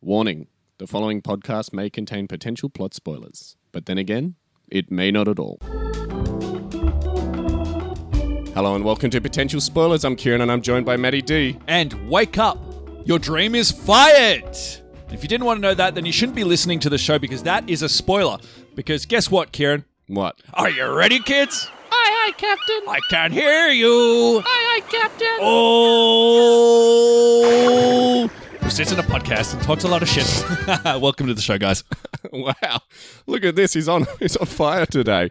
Warning the following podcast may contain potential plot spoilers, but then again, it may not at all. Hello and welcome to Potential Spoilers. I'm Kieran and I'm joined by Maddie D. and wake up. Your dream is fired. If you didn't want to know that, then you shouldn't be listening to the show because that is a spoiler. Because guess what, Kieran? What? Are you ready, kids? Aye, aye, Captain. I can't hear you. Aye, aye, Captain. Oh. Who sits in a podcast and talks a lot of shit. Welcome to the show, guys. Wow. Look at this. He's on he's on fire today.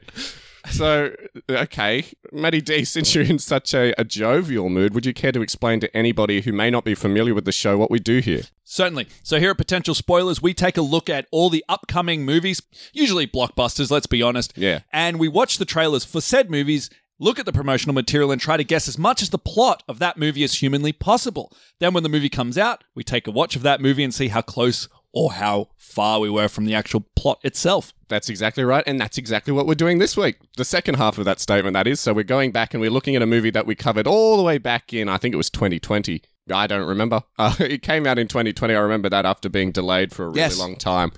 So, okay, Maddie D, since you're in such a, a jovial mood, would you care to explain to anybody who may not be familiar with the show what we do here? Certainly. So, here at Potential Spoilers, we take a look at all the upcoming movies, usually blockbusters, let's be honest. Yeah. And we watch the trailers for said movies, look at the promotional material, and try to guess as much as the plot of that movie as humanly possible. Then, when the movie comes out, we take a watch of that movie and see how close or how far we were from the actual plot itself. That's exactly right, and that's exactly what we're doing this week. The second half of that statement, that is. So we're going back and we're looking at a movie that we covered all the way back in, I think it was 2020. I don't remember. Uh, it came out in 2020. I remember that after being delayed for a really Yes. long time.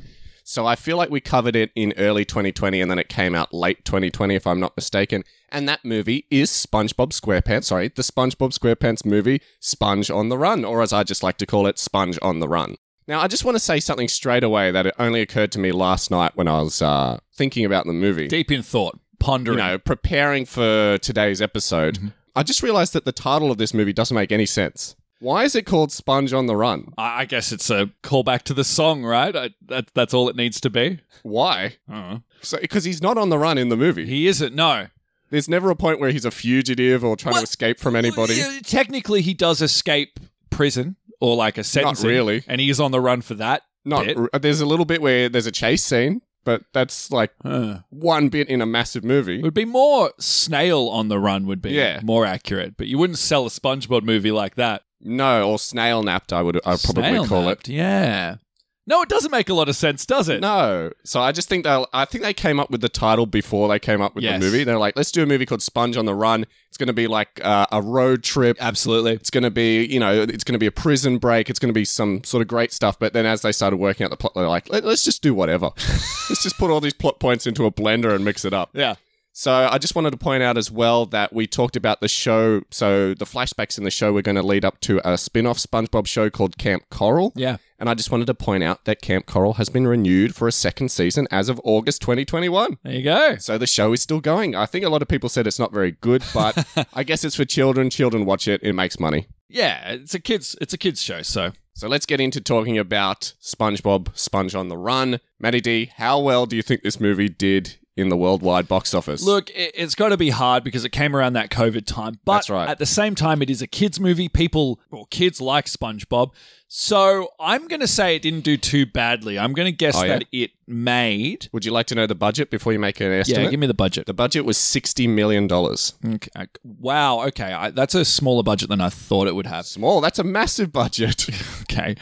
So I feel like we covered it in early 2020 and then it came out late 2020, if I'm not mistaken. And that movie is SpongeBob SquarePants. Sorry, the SpongeBob SquarePants movie, Sponge on the Run, or as I just like to call it, Sponge on the Run. Now, I just want to say something straight away that it only occurred to me last night when I was uh, thinking about the movie Deep in thought, pondering. you know, preparing for today's episode, I just realized that the title of this movie doesn't make any sense. Why is it called Sponge on the Run? I I guess it's a callback to the song, right? I, that, that's all it needs to be. Why? Uh-huh. So because he's not on the run in the movie. He isn't. No, There's never a point where he's a fugitive or trying Well, to escape from anybody. Well, yeah, technically, he does escape prison or like a sentence. really. And he is on the run for that. Not bit. r- there's a little bit where there's a chase scene, but that's like Huh. one bit in a massive movie. It would be more snail on the run would be Yeah. more accurate, but you wouldn't sell a SpongeBob movie like that. No, or snail napped. I would I probably call it. it. Yeah. No, it doesn't make a lot of sense, does it? No. So I just think they I think they came up with the title before they came up with Yes. the movie. They're like, let's do a movie called Sponge on the Run. It's going to be like uh, a road trip. Absolutely. It's going to be, you know, it's going to be a prison break. It's going to be some sort of great stuff. But then as they started working out the plot, they're like, Let, let's just do whatever. let's just put all these plot points into a blender and mix it up. Yeah. So I just wanted to point out as well that we talked about the show. So the flashbacks in the show were going to lead up to a spin-off SpongeBob show called Camp Coral. Yeah. And I just wanted to point out that Camp Coral has been renewed for a second season as of August 2021. There you go. So the show is still going. I think a lot of people said it's not very good, but I guess it's for children. Children watch it, it makes money. Yeah, it's a kids it's a kids show, so So let's get into talking about SpongeBob Sponge on the Run. Matty D, how well do you think this movie did in the worldwide box office? Look, it, it's got to be hard because it came around that COVID time. But That's right. at the same time, it is a kids' movie. People, well, kids like SpongeBob. So I'm going to say it didn't do too badly. I'm going to guess Oh, yeah? that it made. would you like to know the budget before you make an estimate? Yeah, give me the budget. the budget was $60 million. Okay. Wow. Okay. I, that's a smaller budget than I thought it would have. Small, that's a massive budget. Okay.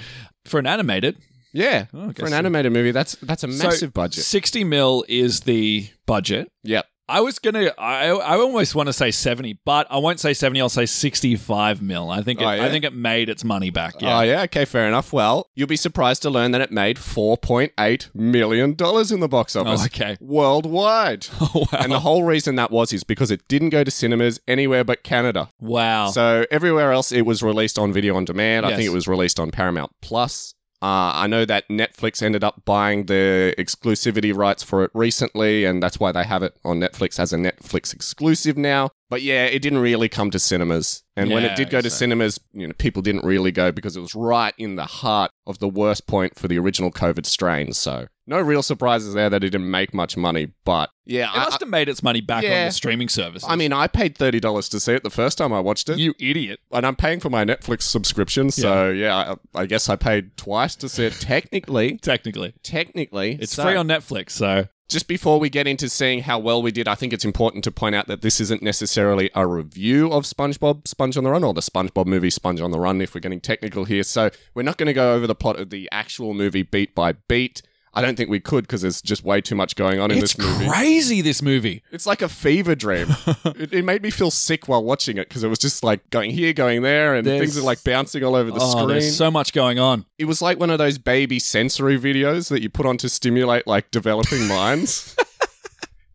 For an animated, yeah. Oh, I For guess an so. animated movie, that's that's a so massive budget. 60 mil is the budget. Yep. I was gonna. I I almost want to say seventy, but I won't say seventy. I'll say sixty-five mil. I think. It, Oh, yeah? I think it made its money back. Yeah. Oh, yeah. Okay, fair enough. Well, you'll be surprised to learn that it made $4.8 million in the box office Oh, okay. worldwide. Oh, wow. And the whole reason that was is because it didn't go to cinemas anywhere but Canada. wow. So everywhere else, it was released on video on demand. I Oh. Yes. think it was released on Paramount Plus. Uh, I know that Netflix ended up buying the exclusivity rights for it recently, and that's why they have it on Netflix as a Netflix exclusive now. But yeah, it didn't really come to cinemas. And when Yeah, it did go to so- cinemas, you know, people didn't really go because it was right in the heart of the worst point for the original COVID strain. So no real surprises there that it didn't make much money. But yeah, it I, must have made its money back on Yeah. the streaming service. I mean, I paid thirty dollars to see it the first time I watched it. you idiot. and I'm paying for my Netflix subscription, so yeah, I, I guess I paid twice to see it. Technically, Technically, technically, it's So, free on Netflix. So Just before we get into seeing how well we did, I think it's important to point out that this isn't necessarily a review of SpongeBob Sponge on the Run or the SpongeBob movie Sponge on the Run. If we're getting technical here, so we're not going to go over the plot of the actual movie beat by beat. I don't think we could because there's just way too much going on in It's this movie. crazy, this movie. It's like a fever dream. it, it made me feel sick while watching it because it was just like going here, going there, and There's- things are like bouncing all over the oh, screen. there's so much going on. it was like one of those baby sensory videos that you put on to stimulate like developing minds.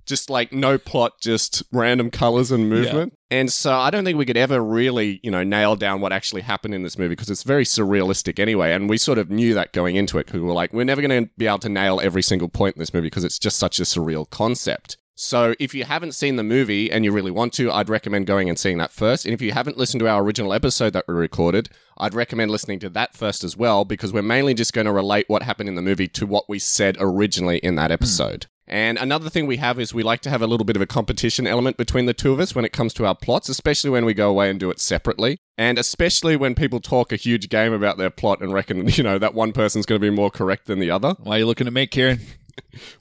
just like no plot, just random colors and movement. And so I don't think we could ever really, you know, nail down what actually happened in this movie because it's very surrealistic anyway. And we sort of knew that going into it because we were like, we're never going to be able to nail every single point in this movie because it's just such a surreal concept. So if you haven't seen the movie and you really want to, I'd recommend going and seeing that first. And if you haven't listened to our original episode that we recorded, I'd recommend listening to that first as well because we're mainly just going to relate what happened in the movie to what we said originally in that episode. And another thing we have is we like to have a little bit of a competition element between the two of us when it comes to our plots, especially when we go away and do it separately. And especially when people talk a huge game about their plot and reckon, you know, that one person's going to be more correct than the other. Why are you looking at me, Kieran?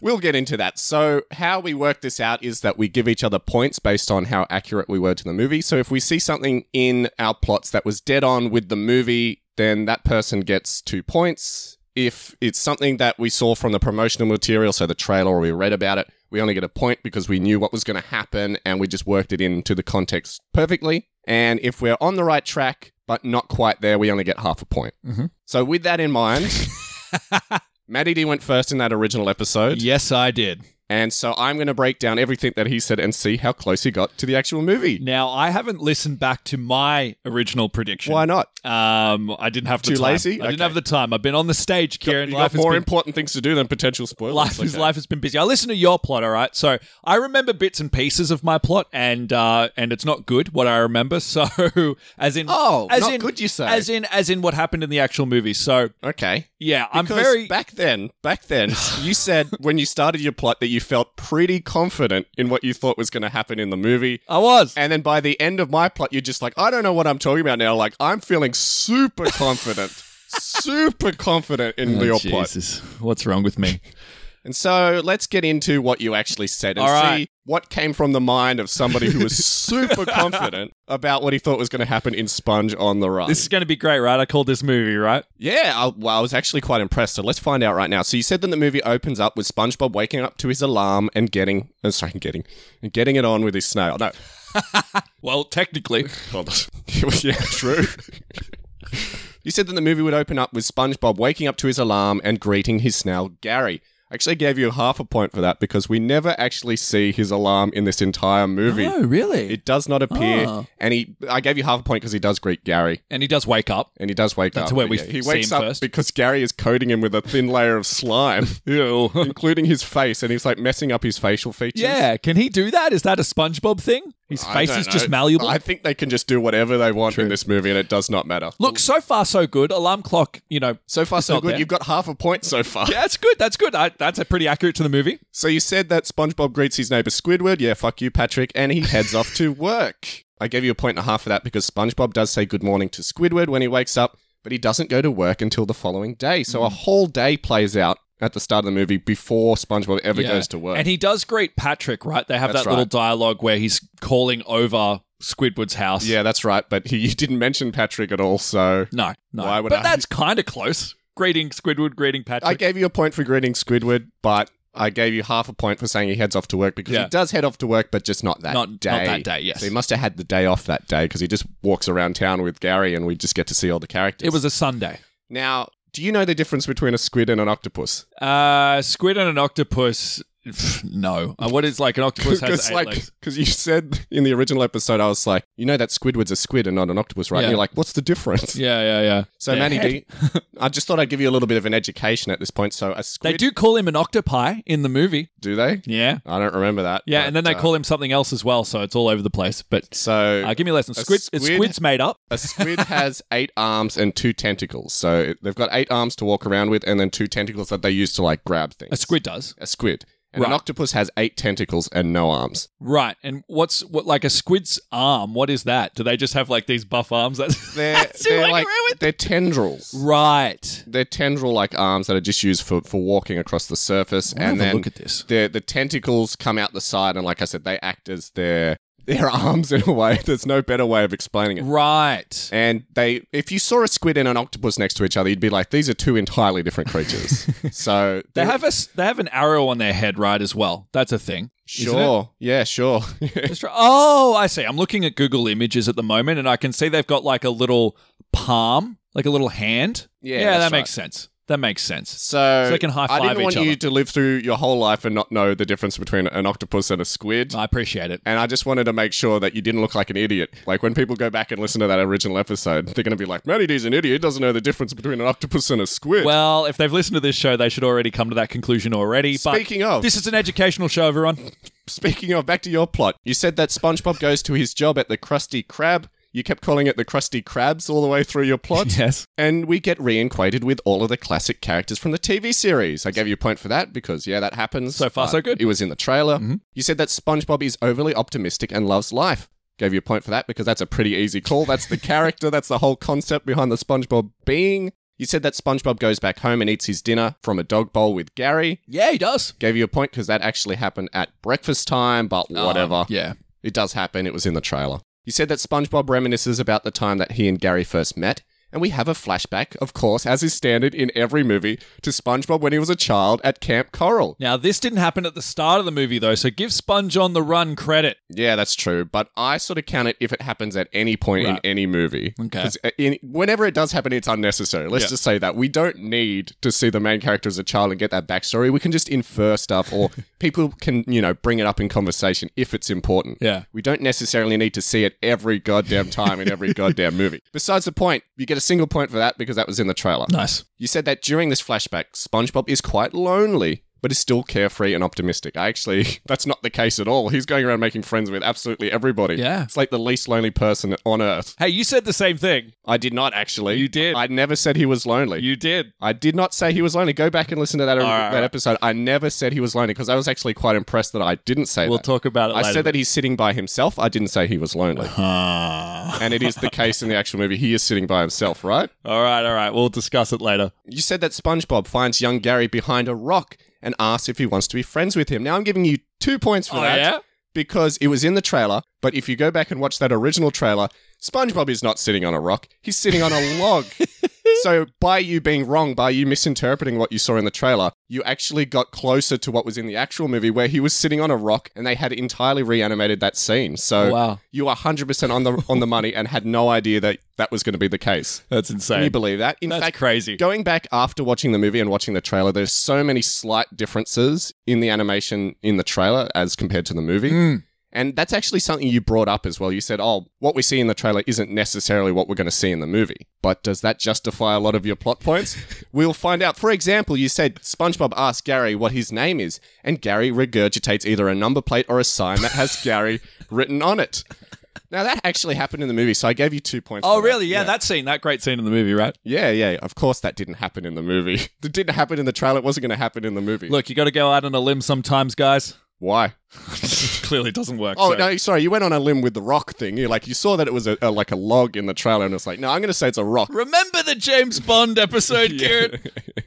We'll get into that. So, how we work this out is that we give each other points based on how accurate we were to the movie. So, if we see something in our plots that was dead on with the movie, then that person gets two points. If it's something that we saw from the promotional material, so the trailer or we read about it, we only get a point because we knew what was going to happen and we just worked it into the context perfectly. And if we're on the right track, but not quite there, we only get half a point. Mhm. So, with that in mind, Maddie D went first in that original episode. yes, I did. And so I'm going to break down everything that he said and see how close he got to the actual movie. Now, I haven't listened back to my original prediction. Why not? Um, I didn't have the Too time. lazy? I didn't Okay. have the time. I've been on the stage, Kieran. You got life has more been important things to do than potential spoilers. life is Okay. life has been busy. I listen to your plot, all right. So I remember bits and pieces of my plot, and uh, and it's not good what I remember. So as in, Oh, as not in, good, you say? as in, as in what happened in the actual movie. So Okay. yeah, I'm Because very back then, back then, you said when you started your plot that you felt pretty confident in what you thought was going to happen in the movie. I was. And then by the end of my plot, you're just like, I don't know what I'm talking about now. Like, I'm feeling super confident, super confident in your plot. Oh, Jesus, what's wrong with me? And so let's get into what you actually said and All see right. what came from the mind of somebody who was super confident about what he thought was going to happen in Sponge on the Run. this is going to be great, right? I called this movie, right? yeah, I, well, I was actually quite impressed. So let's find out right now. So you said that the movie opens up with SpongeBob waking up to his alarm and getting, oh, sorry, getting, and getting it on with his snail. No, Well, technically, Well, yeah, true. you said that the movie would open up with SpongeBob waking up to his alarm and greeting his snail, Gary. I actually gave you half a point for that because we never actually see his alarm in this entire movie. really? It does not appear, Ah. and he—I gave you half a point because he does greet Gary, and he does wake up. and he does wake up. where we Yeah, he see wakes him up first. because Gary is coating him with a thin layer of slime, including his face, and he's like messing up his facial features. yeah, can he do that? Is that a SpongeBob thing? His I face don't is know. just malleable. I think they can just do whatever they want in this movie, and it does not matter. Look, so far so good. Alarm clock, you know. So far, so not good. there. You've got half a point so far. Yeah, that's good. That's good. I, that's a pretty accurate to the movie. So you said that SpongeBob greets his neighbor Squidward. Yeah, fuck you, Patrick. And he heads off to work. I gave you a point and a half for that because SpongeBob does say good morning to Squidward when he wakes up, but he doesn't go to work until the following day. So Hmm. a whole day plays out at the start of the movie before SpongeBob ever goes to work. And he does greet Patrick, right? They have That's that little right. dialogue where he's calling over Squidward's house. yeah, that's right. But he, you didn't mention Patrick at all, so. No, no. Why would but I- that's kind of close. Greeting Squidward, greeting Patrick. I gave you a point for greeting Squidward, but I gave you half a point for saying he heads off to work because Yeah. he does head off to work, but just not that Not- not day. that day, yes. So he must have had the day off that day because he just walks around town with Gary and we just get to see all the characters. it was a Sunday. now, do you know the difference between a squid and an octopus? Uh, squid and an octopus. pff, No. Uh, what is like an octopus has Because eight like, legs? because you said in the original episode, I was like, you know that Squidward's a squid and not an octopus, right? Yeah. And you're like, what's the difference? Yeah, yeah, yeah. So, Their Manny, head. do you, I just thought I'd give you a little bit of an education at this point. So, a they squid, do call him an octopi in the movie. do they? Yeah. I don't remember that. Yeah, but, and then they uh, call him something else as well, so it's all over the place. But So uh, give me a lesson. a Squid, squid- squid's made up. A squid has eight arms and two tentacles. So they've got eight arms to walk around with and then two tentacles that they use to like grab things. A squid does. A squid. And an Right. octopus has eight tentacles and no arms. Right. And what's what like a squid's arm? What is that? Do they just have like these buff arms? That's They're, That's they're all I like agree with. they're tendrils. right. They're tendril like arms that are just used for, for walking across the surface. I'll and have a then look at this. The, the tentacles come out the side and like I said, they act as their their arms in a way. There's no better way of explaining it. Right. And they, if you saw a squid and an octopus next to each other, you'd be like, these are two entirely different creatures. so They they're- have a s- they have an arrow on their head, right? As well. That's a thing. isn't it? sure, yeah, sure. Just try- oh, I see. I'm looking at Google Images at the moment, and I can see they've got like a little palm, like a little hand. Yeah, yeah, that that's makes sense. That makes sense. so, So they can high-five I didn't each want other. you to live through your whole life and not know the difference between an octopus and a squid. I appreciate it. and I just wanted to make sure that you didn't look like an idiot. Like when people go back and listen to that original episode, they're going to be like, "Matty D's an idiot. Doesn't know the difference between an octopus and a squid." Well, if they've listened to this show, they should already come to that conclusion already. But Speaking of- this is an educational show, everyone. Speaking of, back to your plot. You said that SpongeBob goes to his job at the Krusty Krab. You kept calling it the Krusty Krabs all the way through your plot. Yes. And we get reacquainted with all of the classic characters from the TV series. I gave you a point for that because, yeah, that happens. So far, but so good. It was in the trailer. You said that SpongeBob is overly optimistic and loves life. Gave you a point for that because that's a pretty easy call. That's the character, that's the whole concept behind the SpongeBob being. You said that SpongeBob goes back home and eats his dinner from a dog bowl with Gary Yeah, he does. gave you a point because that actually happened at breakfast time, but Oh, whatever. yeah. It does happen. It was in the trailer. You said that SpongeBob reminisces about the time that he and Gary first met, and we have a flashback, of course, as is standard in every movie, to SpongeBob when he was a child at Camp Coral. Now, this didn't happen at the start of the movie, though, so give Sponge on the Run credit. Yeah, that's true, but I sort of count it if it happens at any point in Right. any movie. Okay. 'Cause, uh, In, whenever it does happen, it's unnecessary. Let's Yeah. just say that. We don't need to see the main character as a child and get that backstory. We can just infer stuff, or people can, you know, bring it up in conversation if it's important. Yeah. We don't necessarily need to see it every goddamn time in every goddamn movie. Besides the point, you get a single point for that because that was in the trailer. Nice. You said that during this flashback, SpongeBob is quite lonely, but is still carefree and optimistic. I actually, that's not the case at all. He's going around making friends with absolutely everybody. Yeah. It's like the least lonely person on earth. Hey, you said the same thing. I did not actually. You did. I never said he was lonely. You did. I did not say he was lonely. Go back and listen to that, right, that all right. episode. I never said he was lonely because I was actually quite impressed that I didn't say We'll that. talk about it I later. said that he's sitting by himself. I didn't say he was lonely. Ah. and it is the case in the actual movie. He is sitting by himself, right? all right, all right. We'll discuss it later. You said that SpongeBob finds young Gary behind a rock and asks if he wants to be friends with him. Now I'm giving you two points for Oh, that yeah? because it was in the trailer. But if you go back and watch that original trailer, SpongeBob is not sitting on a rock. He's sitting on a log. So by you being wrong, by you misinterpreting what you saw in the trailer, you actually got closer to what was in the actual movie where he was sitting on a rock and they had entirely reanimated that scene. So Oh, Wow. you were 100% on the on the money and had no idea that that was going to be the case. That's Can you insane. believe that? In That's fact, crazy. Going back after watching the movie and watching the trailer, there's so many slight differences in the animation in the trailer as compared to the movie. Mm. And that's actually something you brought up as well. You said, oh, what we see in the trailer isn't necessarily what we're going to see in the movie. But does that justify a lot of your plot points? we'll find out. For example, you said SpongeBob asks Gary what his name is, and Gary regurgitates either a number plate or a sign that has Gary written on it. Now, that actually happened in the movie, so I gave you two points. Oh, for that. really? Yeah, that scene, that great scene in the movie, right? Yeah, yeah. Of course, that didn't happen in the movie. It didn't happen in the trailer. It wasn't going to happen in the movie. Look, you got to go out on a limb sometimes, guys. why? Clearly doesn't work. Oh so- no, sorry. You went on a limb with the rock thing. You like you saw that it was a, a like a log in the trailer, and it's like, no, I'm going to say it's a rock. Remember the James Bond episode, Garrett?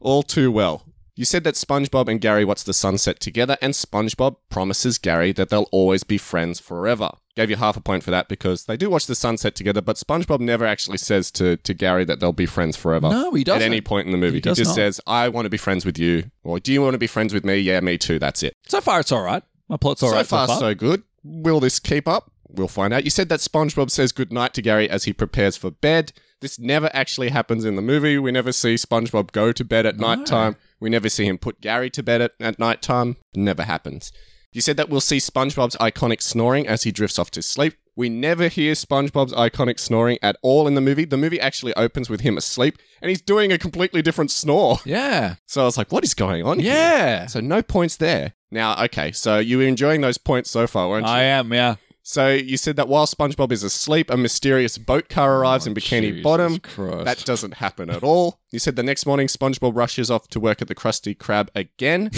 All too well. You said that SpongeBob and Gary watch the sunset together, and SpongeBob promises Gary that they'll always be friends forever. Gave you half a point for that because they do watch the sunset together, but SpongeBob never actually says to, to Gary that they'll be friends forever. No, he doesn't. At any point in the movie, he, does just not. says, I want to be friends with you, or do you want to be friends with me? Yeah, me too. That's it. So far, it's all right. My plot's all so right. far, so good. Will this keep up? We'll find out. You said that SpongeBob says goodnight to Gary as he prepares for bed. This never actually happens in the movie. We never see SpongeBob go to bed at Oh. night nighttime. We never see him put Gary to bed at, at nighttime. Never happens. You said that we'll see SpongeBob's iconic snoring as he drifts off to sleep. We never hear SpongeBob's iconic snoring at all in the movie. The movie actually opens with him asleep and he's doing a completely different snore. Yeah. So I was like, what is going on here? Yeah. So no points there. Now, okay, so you were enjoying those points so far, weren't you? I am, yeah. so you said that while SpongeBob is asleep, a mysterious boat Oh, car arrives in Bikini Bottom. That doesn't happen at all. You said the next morning SpongeBob rushes off to work at the Krusty Krab again.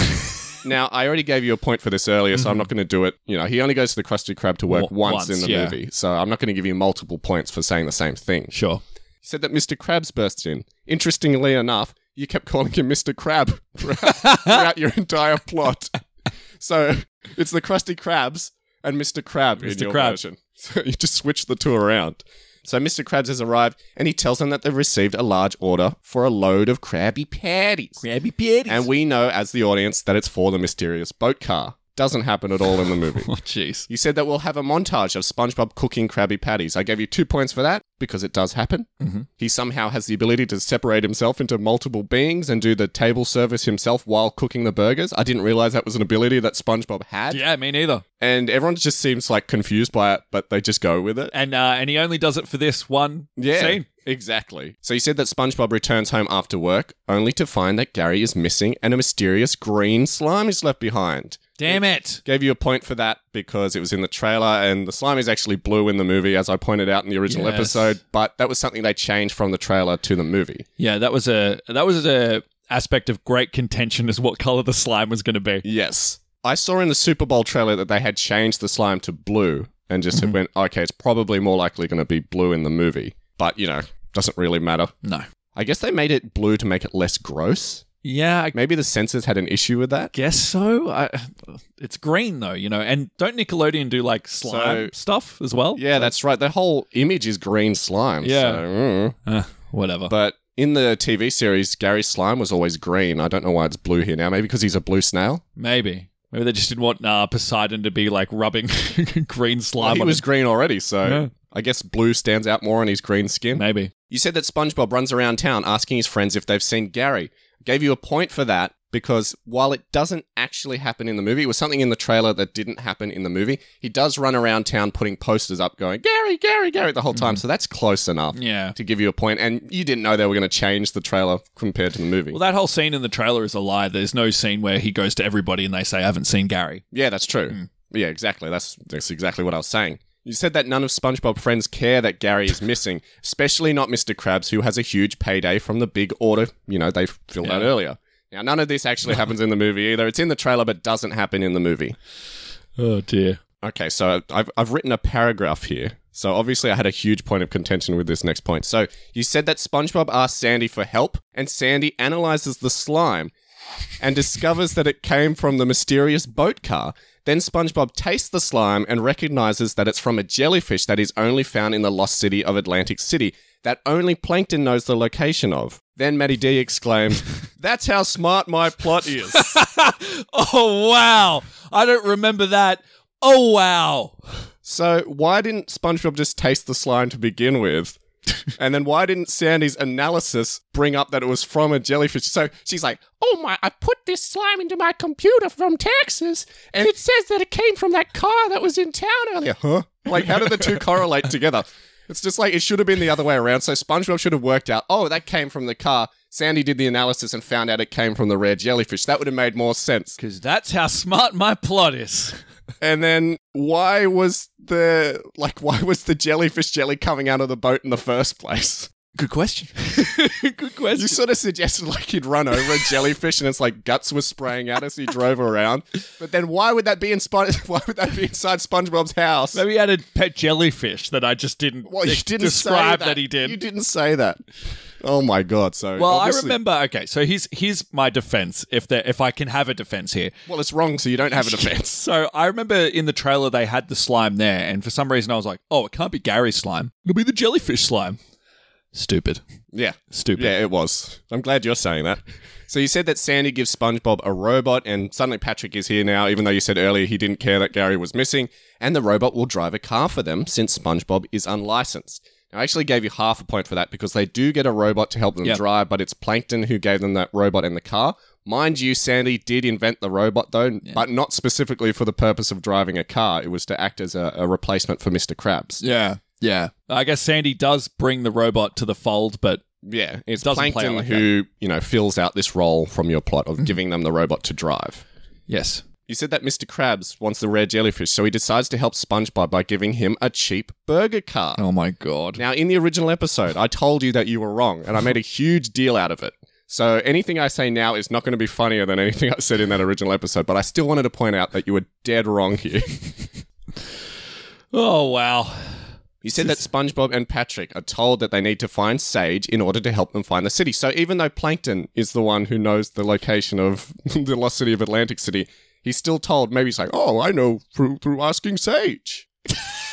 now, I already gave you a point for this earlier, so I'm not going to do it. You know, he only goes to the Krusty Krab to work Wa- once, in Mm-hmm. once, the yeah. movie, so I'm not going to give you multiple points for saying the same thing. Sure. You said that Mr. Krabs bursts in. Interestingly enough, you kept calling him Mr. Crab throughout, throughout your entire plot. So it's the Krusty Krabs, and Mr. Crab in Mr. your Crab. version. So you just switch the two around. So Mr. Krabs has arrived and he tells them that they've received a large order for a load of Krabby Patties. Krabby Patties. And we know as the audience that it's for the mysterious boat car. Doesn't happen at all in the movie. oh, jeez. You said that we'll have a montage of SpongeBob cooking Krabby Patties. I gave you two points for that because it does happen. Mhm. He somehow has the ability to separate himself into multiple beings and do the table service himself while cooking the burgers. I didn't realize that was an ability that SpongeBob had. Yeah, me neither. And everyone just seems like confused by it, but they just go with it. And uh, and he only does it for this one Yeah. scene. Exactly. So you said that SpongeBob returns home after work only to find that Gary is missing and a mysterious green slime is left behind. Damn it. Gave you a point for that because it was in the trailer and the slime is actually blue in the movie, as I pointed out in the original Yes. episode. But that was something they changed from the trailer to the movie. Yeah, that was a that was a aspect of great contention is what color the slime was going to be. Yes. I saw in the Super Bowl trailer that they had changed the slime to blue and just Mhm. went, okay, it's probably more likely going to be blue in the movie. But, you know, doesn't really matter. No. I guess they made it blue to make it less gross. Yeah, I Maybe the censors had an issue with that. guess so. I, it's green though, you know. And don't Nickelodeon do like slime So- stuff as well? Yeah, that's right. The whole image is green slime. Yeah. so, mm. Uh, whatever. But in the TV series, Gary Slime was always green. I don't know why it's blue here now. Maybe because he's a blue snail. Maybe. Maybe they just didn't want uh, Poseidon to be like rubbing green slime Well, he on was him. green already, so Yeah. I guess blue stands out more on his green skin. Maybe. You said that SpongeBob runs around town asking his friends if they've seen Gary. I gave you a point for that because while it doesn't actually happen in the movie, it was something in the trailer that didn't happen in the movie. He does run around town putting posters up going, Gary, Gary, Gary, the whole time. So that's close enough. Mm. Yeah. to give you a point, and you didn't know they were going to change the trailer compared to the movie. Well, that whole scene in the trailer is a lie. There's no scene where he goes to everybody and they say, I haven't seen Gary. yeah, that's true. Mm. Yeah, exactly. That's that's exactly what I was saying. You said that none of SpongeBob friends care that Gary is missing, especially not Mr. Krabs, who has a huge payday from the big order. You know they filled out Yeah. earlier. Now, none of this actually happens in the movie either. It's in the trailer, but doesn't happen in the movie. Oh, dear. Okay, so I've, I've written a paragraph here. So obviously, I had a huge point of contention with this next point. So you said that SpongeBob asked Sandy for help, and Sandy analyzes the slime and discovers that it came from the mysterious boat car. Then SpongeBob tastes the slime and recognizes that it's from a jellyfish that is only found in the lost city of Atlantic City, that only Plankton knows the location of. Then Matty D exclaims, That's how smart my plot is. oh, wow. I don't remember that. Oh, wow. So why didn't SpongeBob just taste the slime to begin with? and then why didn't Sandy's analysis bring up that it was from a jellyfish? So she's like, Oh my, I put this slime into my computer from Texas, and it says that it came from that car that was in town earlier. yeah, huh? Like, how did the two correlate together? It's just like it should have been the other way around. So SpongeBob should have worked out, oh, that came from the car. Sandy did the analysis and found out it came from the rare jellyfish. That would have made more sense. Because that's how smart my plot is. And then why was the like why was the jellyfish jelly coming out of the boat in the first place? Good question. Good You question. sort of suggested like he'd run over a jellyfish and it's like guts were spraying out as he drove around. But then why would that be in Spon- why would that be inside SpongeBob's house? Maybe he had a pet jellyfish that I just didn't, well, you ex- didn't describe say that. he did. You didn't say that. Oh my god! So well, I obviously- remember. Okay, so here's here's my defense. If there, if I can have a defense here, Well, it's wrong, so you don't have a defense. So I remember in the trailer they had the slime there, and for some reason I was like, "Oh, it can't be Gary's slime. It'll be the jellyfish slime." Stupid, yeah, stupid. yeah, it was. I'm glad you're saying that. So you said that Sandy gives SpongeBob a robot, and suddenly Patrick is here now, even though you said earlier he didn't care that Gary was missing. And the robot will drive a car for them since SpongeBob is unlicensed. Now, I actually gave you half a point for that because they do get a robot to help them Yep. drive, but it's Plankton who gave them that robot and the car. Mind you, Sandy did invent the robot though, but not specifically for the purpose of driving a car. It was to act as a, a replacement for Mr. Krabs. yeah, yeah. I guess Sandy does bring the robot to the fold, but Yeah, it's Doesn't play Plankton out like Mm-hmm. who, you know, fills out this role from your plot of giving them the robot to drive. yes, You said that Mr. Krabs wants the rare jellyfish, so he decides to help SpongeBob by giving him a cheap burger car. oh my god, Now, in the original episode, I told you that you were wrong, and I made a huge deal out of it. So anything I say now is not going to be funnier than anything I said in that original episode, but I still wanted to point out that you were dead wrong here. oh wow, You said that SpongeBob and Patrick are told that they need to find Sage in order to help them find the city. So even though Plankton is the one who knows the location of the lost city of Atlantic City, He's still told, maybe he's like, oh, I know through, through asking Sage.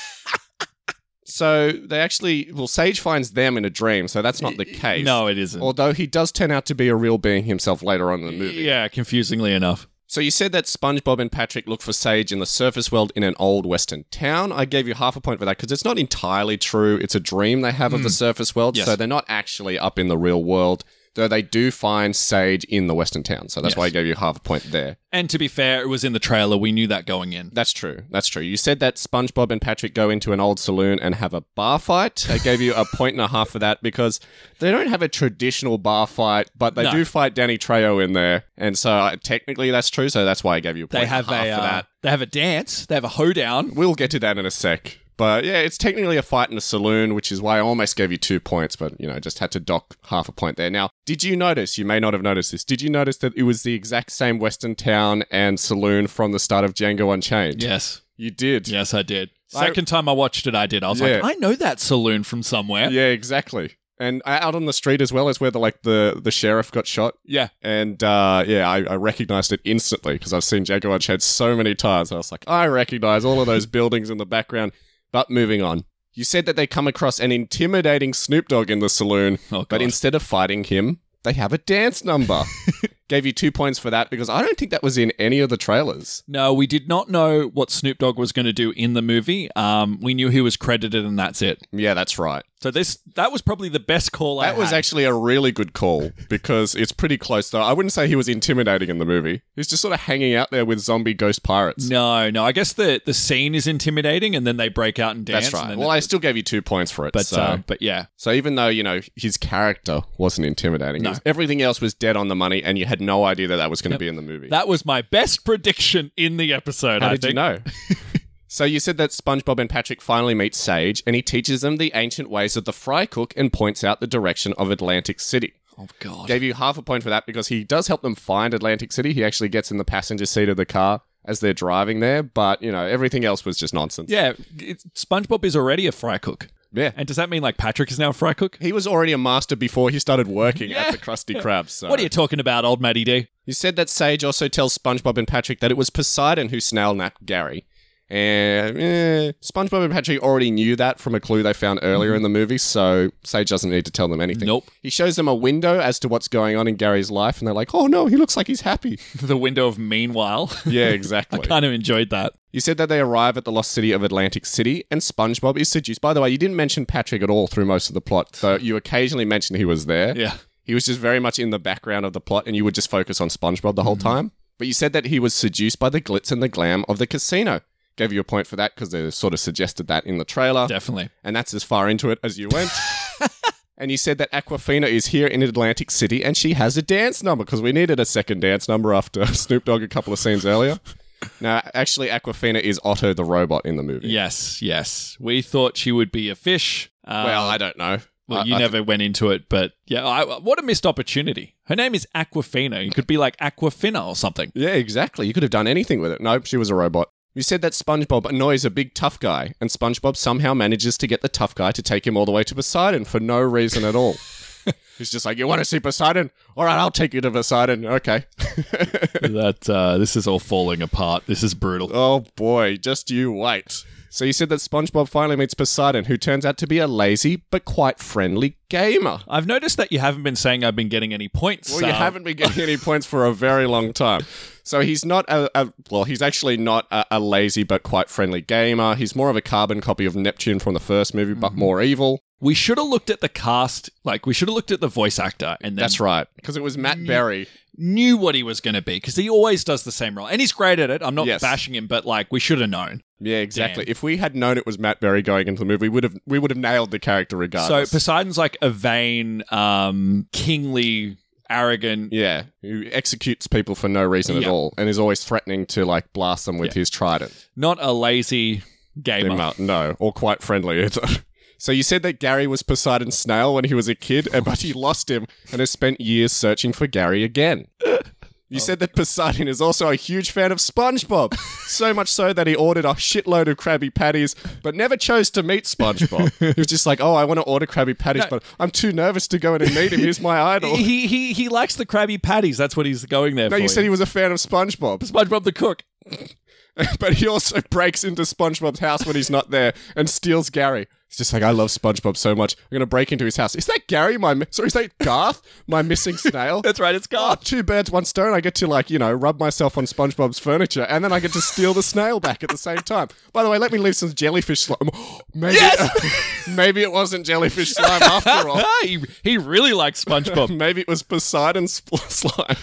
so they actually, well, Sage finds them in a dream, so that's not the case. No, it isn't. Although he does turn out to be a real being himself later on in the movie. Yeah, confusingly enough. So you said that SpongeBob and Patrick look for Sage in the surface world in an old western town. I gave you half a point for that because it's not entirely true. It's a dream they have of the surface world, Hmm. Yes. so they're not actually up in the real world. Though they do find Sage in the western town, so that's why I Yes. gave you half a point there. And to be fair, it was in the trailer. We knew that going in. That's true. That's true. You said that SpongeBob and Patrick go into an old saloon and have a bar fight. I gave you a point and a half for that because they don't have a traditional bar fight, but they No. do fight Danny Trejo in there, and so uh, technically that's true. So that's why I gave you a point They have and a half a for uh, that. they have a dance. They have a hoedown. We'll get to that in a sec. But yeah, it's technically a fight in a saloon, which is why I almost gave you two points, but you know, just had to dock half a point there. Now, did you notice? You may not have noticed this. Did you notice that it was the exact same Western town and saloon from the start of Django Unchained? Yes, You did. yes, I did. I- Second time I watched it, I did. I was Yeah. like, I know that saloon from somewhere. Yeah, exactly. And uh, out on the street as well is where the like the the sheriff got shot. Yeah. And uh, yeah, I, I recognized it instantly because I've seen Django Unchained so many times. I was like, I recognize all of those buildings in the background. But moving on, you said that they come across an intimidating Snoop Dogg in the saloon, Oh, God. but instead of fighting him, they have a dance number. Gave you two points for that because I don't think that was in any of the trailers. no, we did not know what Snoop Dogg was going to do in the movie. Um, we knew he was credited, and that's it. Yeah, that's right. So this that was probably the best call. I That was had. actually a really good call because it's pretty close though. I wouldn't say he was intimidating in the movie. He's just sort of hanging out there with zombie ghost pirates. no, no. I guess the the scene is intimidating, and then they break out and dance. That's and right. then Well, it- I still gave you two points for it. but so. um, but yeah, so even though you know his character wasn't intimidating, it was- everything else was dead on the money, and you had no idea that that was going to be in the movie. that was my best prediction in the episode. How I did you think. know? so you said that SpongeBob and Patrick finally meet Sage, and he teaches them the ancient ways of the fry cook and points out the direction of Atlantic City. Oh God. gave you half a point for that because he does help them find Atlantic City. He actually gets in the passenger seat of the car as they're driving there, but you know everything else was just nonsense. Yeah, it's, SpongeBob is already a fry cook. Yeah. And does that mean like Patrick is now a fry cook? He was already a master before he started working Yeah. at the Krusty Krab. So What are you talking about, old Matty D? You said that Sage also tells SpongeBob and Patrick that it was Poseidon who snail napped Gary. And eh, SpongeBob and Patrick already knew that from a clue they found earlier in the movie, so Sage doesn't need to tell them anything. Nope. He shows them a window as to what's going on in Gary's life, and they're like, "Oh no, he looks like he's happy." The window of meanwhile. Yeah, exactly. kind of enjoyed that. You said that they arrive at the lost city of Atlantic City, and SpongeBob is seduced. By the way, you didn't mention Patrick at all through most of the plot, though you occasionally mentioned he was there. Yeah. He was just very much in the background of the plot, and you would just focus on SpongeBob the whole time. But you said that he was seduced by the glitz and the glam of the casino. Gave you a point for that because they sort of suggested that in the trailer, Definitely. and that's as far into it as you went. and you said that Aquafina is here in Atlantic City, and she has a dance number because we needed a second dance number after Snoop Dogg a couple of scenes earlier. Now, actually, Aquafina is Otto the robot in the movie. Yes, yes. We thought she would be a fish. Uh, Well, I don't know. well, I- you I never went into it, but yeah, I, what a missed opportunity. Her name is Aquafina. You could be like Aquafina or something. Yeah, exactly. You could have done anything with it. Nope, she was a robot. You said that SpongeBob annoys a big tough guy, and SpongeBob somehow manages to get the tough guy to take him all the way to Poseidon for no reason at all. He's just like, You want to see Poseidon? All right, I'll take you to Poseidon. Okay. that uh, this is all falling apart. This is brutal. Oh boy, just you wait. So you said that SpongeBob finally meets Poseidon, who turns out to be a lazy but quite friendly gamer. I've noticed that you haven't been saying I've been getting any points. Well, you um, haven't been getting any points for a very long time. So he's not a, a well, he's actually not a, a lazy but quite friendly gamer. He's more of a carbon copy of Neptune from the first movie, Mm-hmm. but more evil. We should have looked at the cast, like we should have looked at the voice actor, and then That's right, because it was Matt Berry. knew what he was going to be because he always does the same role, and he's great at it. I'm not Yes. bashing him, but like we should have known. Yeah, exactly. Damn. If we had known it was Matt Berry going into the movie, we would have we would have nailed the character regardless. So Poseidon's like a vain, um, kingly, arrogant. yeah, who executes people for no reason at Yeah. all, and is always threatening to like blast them with his trident. not a lazy gamer. Him out, no, or quite friendly either. So you said that Gary was Poseidon's snail when he was a kid, and- but he lost him and has spent years searching for Gary again. You You said that Poseidon is also a huge fan of SpongeBob, so much so that he ordered a shitload of Krabby Patties, but never chose to meet SpongeBob. he was just like, "Oh, I want to order Krabby Patties, but I'm too nervous to go in and meet him. He's my idol." He he he likes the Krabby Patties. That's what he's going there no, for. you said he was a fan of SpongeBob, SpongeBob the cook. but he also breaks into SpongeBob's house when he's not there and steals Gary. He's just like, "I love SpongeBob so much. I'm gonna break into his house." Is that Gary? My mi- sorry, is that Garth? My missing snail? That's right. It's Oh, gone. two birds, one stone. I get to like you know rub myself on SpongeBob's furniture, and then I get to steal the snail back at the same time. By the way, let me leave some jellyfish slime. Maybe, maybe it wasn't jellyfish slime after all. he, he really likes SpongeBob. Maybe it was Poseidon sp- slime.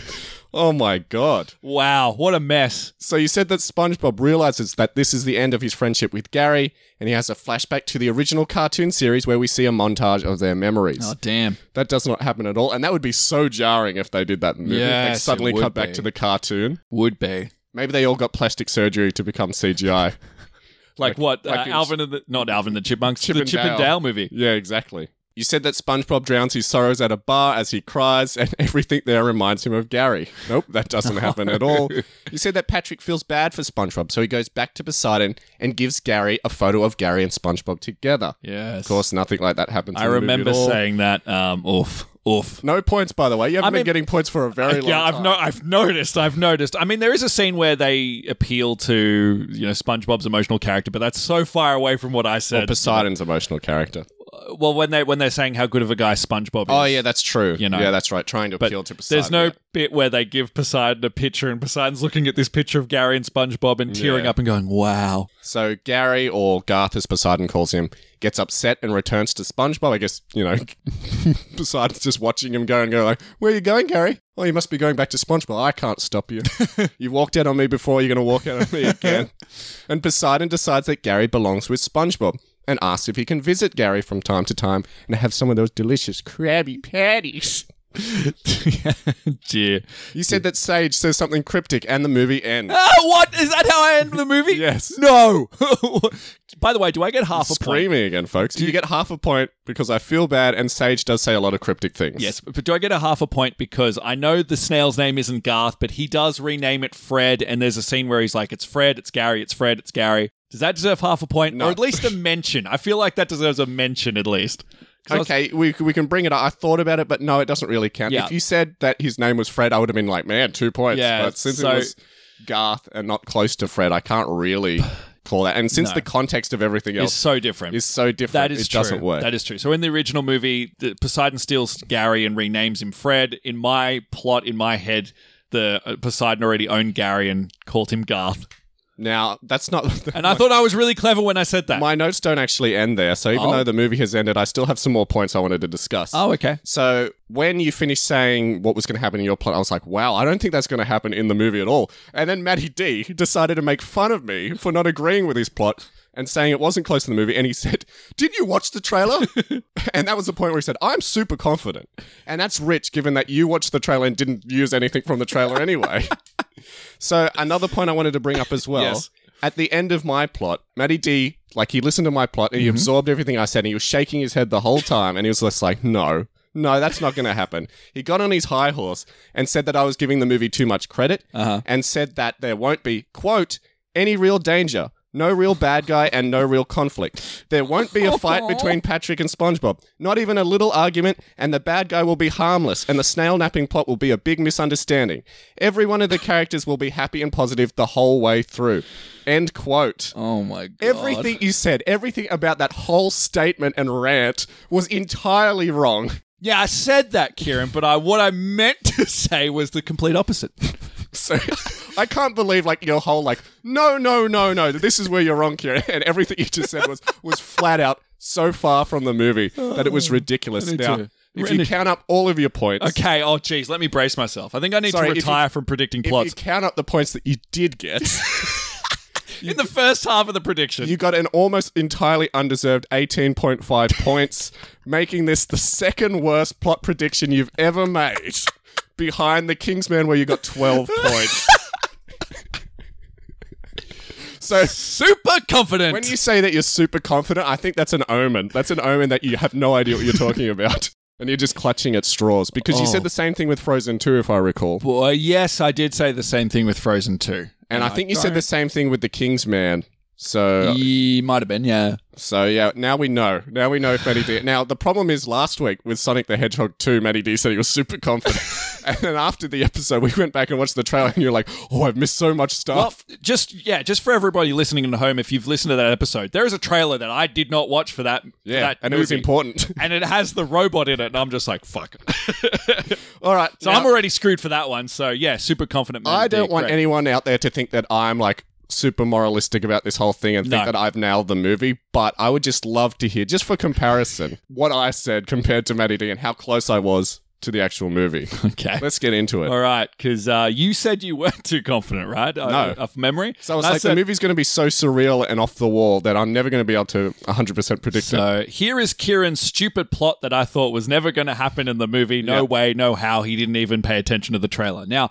Oh my god! wow, what a mess. So you said that SpongeBob realizes that this is the end of his friendship with Gary, and he has a flashback to the original cartoon series where we see a montage of their memories. Oh, damn. That does not happen at all, and that would be so jarring if they did that in the movie. If they Yes, it suddenly would cut back be. to the cartoon. Would be. Maybe they all got plastic surgery to become CGI. Like, what? like uh, it's- Alvin and the not Alvin and the Chipmunks. Chip the and Chip Dale. and Dale movie. yeah, exactly. You said that SpongeBob drowns his sorrows at a bar as he cries, and everything there reminds him of Gary. Nope, that doesn't happen at all. You said that Patrick feels bad for SpongeBob, so he goes back to Poseidon and gives Gary a photo of Gary and SpongeBob together. Yes. Of course, nothing like that happens. I in the movie at remember all. saying that. Um, oof, oof. No points, by the way. You haven't I been mean- getting points for a very long Yeah, time. I've no, I've noticed. I've noticed. I mean, there is a scene where they appeal to you know SpongeBob's emotional character, but that's so far away from what I Or said. Poseidon's emotional character. Uh, well, when they when they're saying how good of a guy SpongeBob is. Oh yeah, that's true. You know. yeah, that's right. Trying to But appeal to Poseidon. there's no bit where they give Poseidon a picture and Poseidon's looking at this picture of Gary and SpongeBob and tearing Yeah. up and going, "Wow." So Gary, or Garth as Poseidon calls him, gets upset and returns to SpongeBob. I guess, you know, Poseidon's just watching him go and go like, where are you going, Gary? Oh, you must be going back to SpongeBob. I can't stop you. you walked out on me before. You're going to walk out on me again. and Poseidon decides that Gary belongs with SpongeBob and asks if he can visit Gary from time to time and have some of those delicious Krabby Patties. Dear. You said that Sage says something cryptic and the movie ends. Oh, what is that? How I end the movie? yes. No. By the way, do I get half a point? screaming again, folks. You get half a point because I feel bad, and Sage does say a lot of cryptic things. Yes, but do I get a half a point because I know the snail's name isn't Garth, but he does rename it Fred, and there's a scene where he's like, "It's Fred, it's Gary, it's Fred, it's Gary." Does that deserve half a point, No. or at least a mention? I feel like that deserves a mention at least. 'Cause I was- Okay, we, we can bring it up. I thought about it, but no, it doesn't really count. Yeah. If you said that his name was Fred, I would have been like, man, two points. Yeah, but since so- it was Garth and not close to Fred, I can't really call that. And since No. the context of everything it's else so different. is so different, That is it true. doesn't work. That is true. So in the original movie, the Poseidon steals Gary and renames him Fred. In my plot, in my head, the uh, Poseidon already owned Gary and called him Garth. now, that's not. And I thought I was really clever when I said that. my notes don't actually end there. So even Oh. though the movie has ended, I still have some more points I wanted to discuss. oh, okay. So when you finished saying what was going to happen in your plot, I was like, wow, I don't think that's going to happen in the movie at all. And then Matty D decided to make fun of me for not agreeing with his plot and saying it wasn't close to the movie. And he said, did you watch the trailer? and that was the point where he said, I'm super confident. And that's rich given that you watched the trailer and didn't use anything from the trailer anyway. so another point I wanted to bring up as well. Yes. At the end of my plot, Matty D, like he listened to my plot and he Mm-hmm. absorbed everything I said and he was shaking his head the whole time and he was just like, no, no, that's not going to happen. He got on his high horse and said that I was giving the movie too much credit Uh-huh. and said that there won't be, quote, any real danger. No real bad guy and no real conflict. There won't be a fight between Patrick and SpongeBob. Not even a little argument, and the bad guy will be harmless, and the snail napping plot will be a big misunderstanding. Every one of the characters will be happy and positive the whole way through. End quote. Oh my god. Everything you said, everything about that whole statement and rant was entirely wrong. Yeah, I said that, Kieran, but I what I meant to say was the complete opposite. So I can't believe like your whole like no no no no this is where you're wrong Kieran and everything you just said was was flat out so far from the movie that it was ridiculous. need Now to- if Oh, I you need- count up all of your points, Okay, oh geez, let me brace myself. I think I need Sorry, to if you- retire from predicting if you plots. count up the points that you did get, In the first half of the prediction. you got an almost entirely undeserved 18.5 points, making this the second worst plot prediction you've ever made, behind the Kingsman where you got 12 points. so Super confident. When you say that you're super confident, I think that's an omen. That's an omen that you have no idea what you're talking about. And you're just clutching at straws because you Oh. said the same thing with Frozen 2, if I recall. Boy, yes, I did say the same thing with Frozen 2. And I think you said the same thing with the King's Man. So, He might have been, yeah. so yeah, now we know. Now we know if Matty D. Now, the problem is last week with Sonic the Hedgehog 2, Matty D said he was super confident. and then after the episode, we went back and watched the trailer and you're like, oh, I've missed so much stuff. Well, f- just yeah, just for everybody listening at home, if you've listened to that episode, there is a trailer that I did not watch for that. for yeah. that and it was movie. important. And it has the robot in it, and I'm just like, fuck. All right. so now- I'm already screwed for that one. So yeah, super confident. Man I don't want any. anyone out there to think that I'm like super moralistic about this whole thing and think No. that I've nailed the movie, but I would just love to hear, just for comparison, what I said compared to Matty D and how close I was to the actual movie. Okay. Let's get into it. All right, because uh, you said you weren't too confident, right? No. Uh, off memory. So I was And like, the movie's going to be so surreal and off the wall that I'm never going to be able to 100% predict it. So uh, here is Kieran's stupid plot that I thought was never going to happen in the movie. No way, no how. He didn't even pay attention to the trailer. Now,